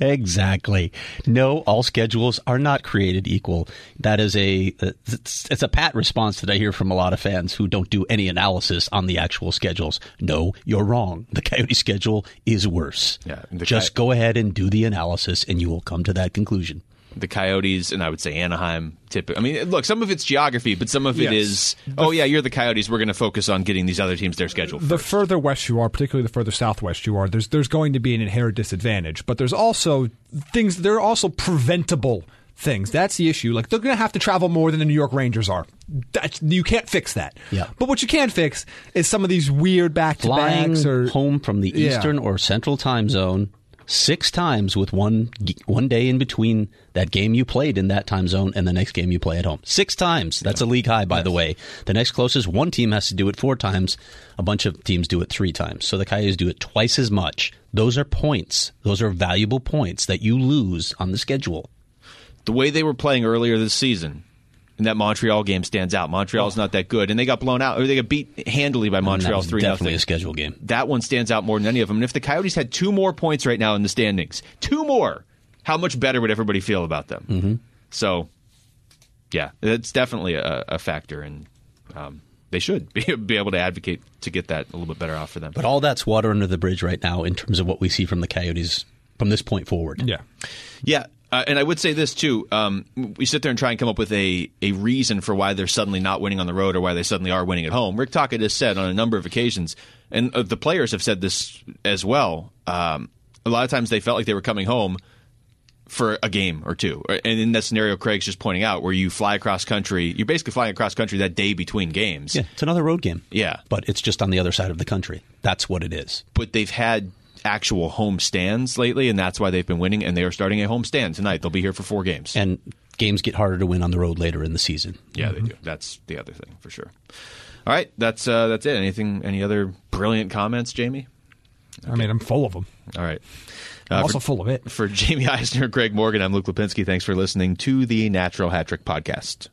C: Exactly. No, all schedules are not created equal. That is a it's, it's a pat response that I hear from a lot of fans who don't do any analysis on the actual schedules. No, you're wrong. The Coyote schedule is worse.
B: Yeah, the
C: Just
B: Coy-
C: go ahead and do the analysis and you will come to that conclusion.
B: the Coyotes, and I would say Anaheim. Typically, I mean, look, some of it's geography, but some of it
D: Yes.
B: is, oh yeah, you're the Coyotes. We're going to focus on getting these other teams their schedule.
D: the further west you are, particularly the further southwest you are, there's there's going to be an inherent disadvantage. But there's also things there are also preventable things. That's the issue. Like they're going to have to travel more than the New York Rangers are. That's, you can't fix that.
C: Yeah.
D: But what you can fix is some of these weird back to
C: flying
D: backs or
C: home from the
D: Yeah.
C: eastern or central time zone six times with one g- one day in between that game you played in that time zone and the next game you play at home. Six times. That's a league high, by the way. The next closest one team has to do it four times. A bunch of teams do it three times. So the Coyotes do it twice as much. Those are points. Those are valuable points that you lose on the schedule.
B: the way they were playing earlier this season. And that Montreal game stands out. Montreal's not that good, and they got blown out, or they got beat handily by
C: And that
B: Montreal
C: was
B: three
C: definitely
B: nothing.
C: a schedule game.
B: That one stands out more than any of them. And if the Coyotes had two more points right now in the standings, two more, how much better would everybody feel about them? Mm-hmm. So, yeah, that's definitely a, a factor, and um, they should be, be able to advocate to get that a little bit better off for them.
C: But all that's water under the bridge right now in terms of what we see from the Coyotes from this point forward.
D: yeah.
B: Yeah, uh, and I would say this too. Um, we sit there and try and come up with a, a reason for why they're suddenly not winning on the road or why they suddenly are winning at home. Rick Tockett has said on a number of occasions, and uh, the players have said this as well. Um, a lot of times they felt like they were coming home for a game or two. Or- And in that scenario, Craig's just pointing out where you fly across country, you're basically flying across country that day between games.
C: Yeah, it's another road game.
B: Yeah.
C: But it's just on the other side of the country. That's what it is.
B: but they've had actual home stands lately, and that's why they've been winning. And they are starting a home stand tonight. They'll be here for four games.
C: And games get harder to win on the road later in the season.
B: Yeah, they do. That's the other thing for sure. All right, that's uh, that's it. Anything? Any other brilliant comments, Jamie?
D: I mean, I'm full of them.
B: All right.
D: I'm
B: Uh,
D: also
B: for,
D: full of it.
B: for Jamie Eisner, Greg Morgan, I'm Luke Lipinski. Thanks for listening to the Natural Hat Trick Podcast.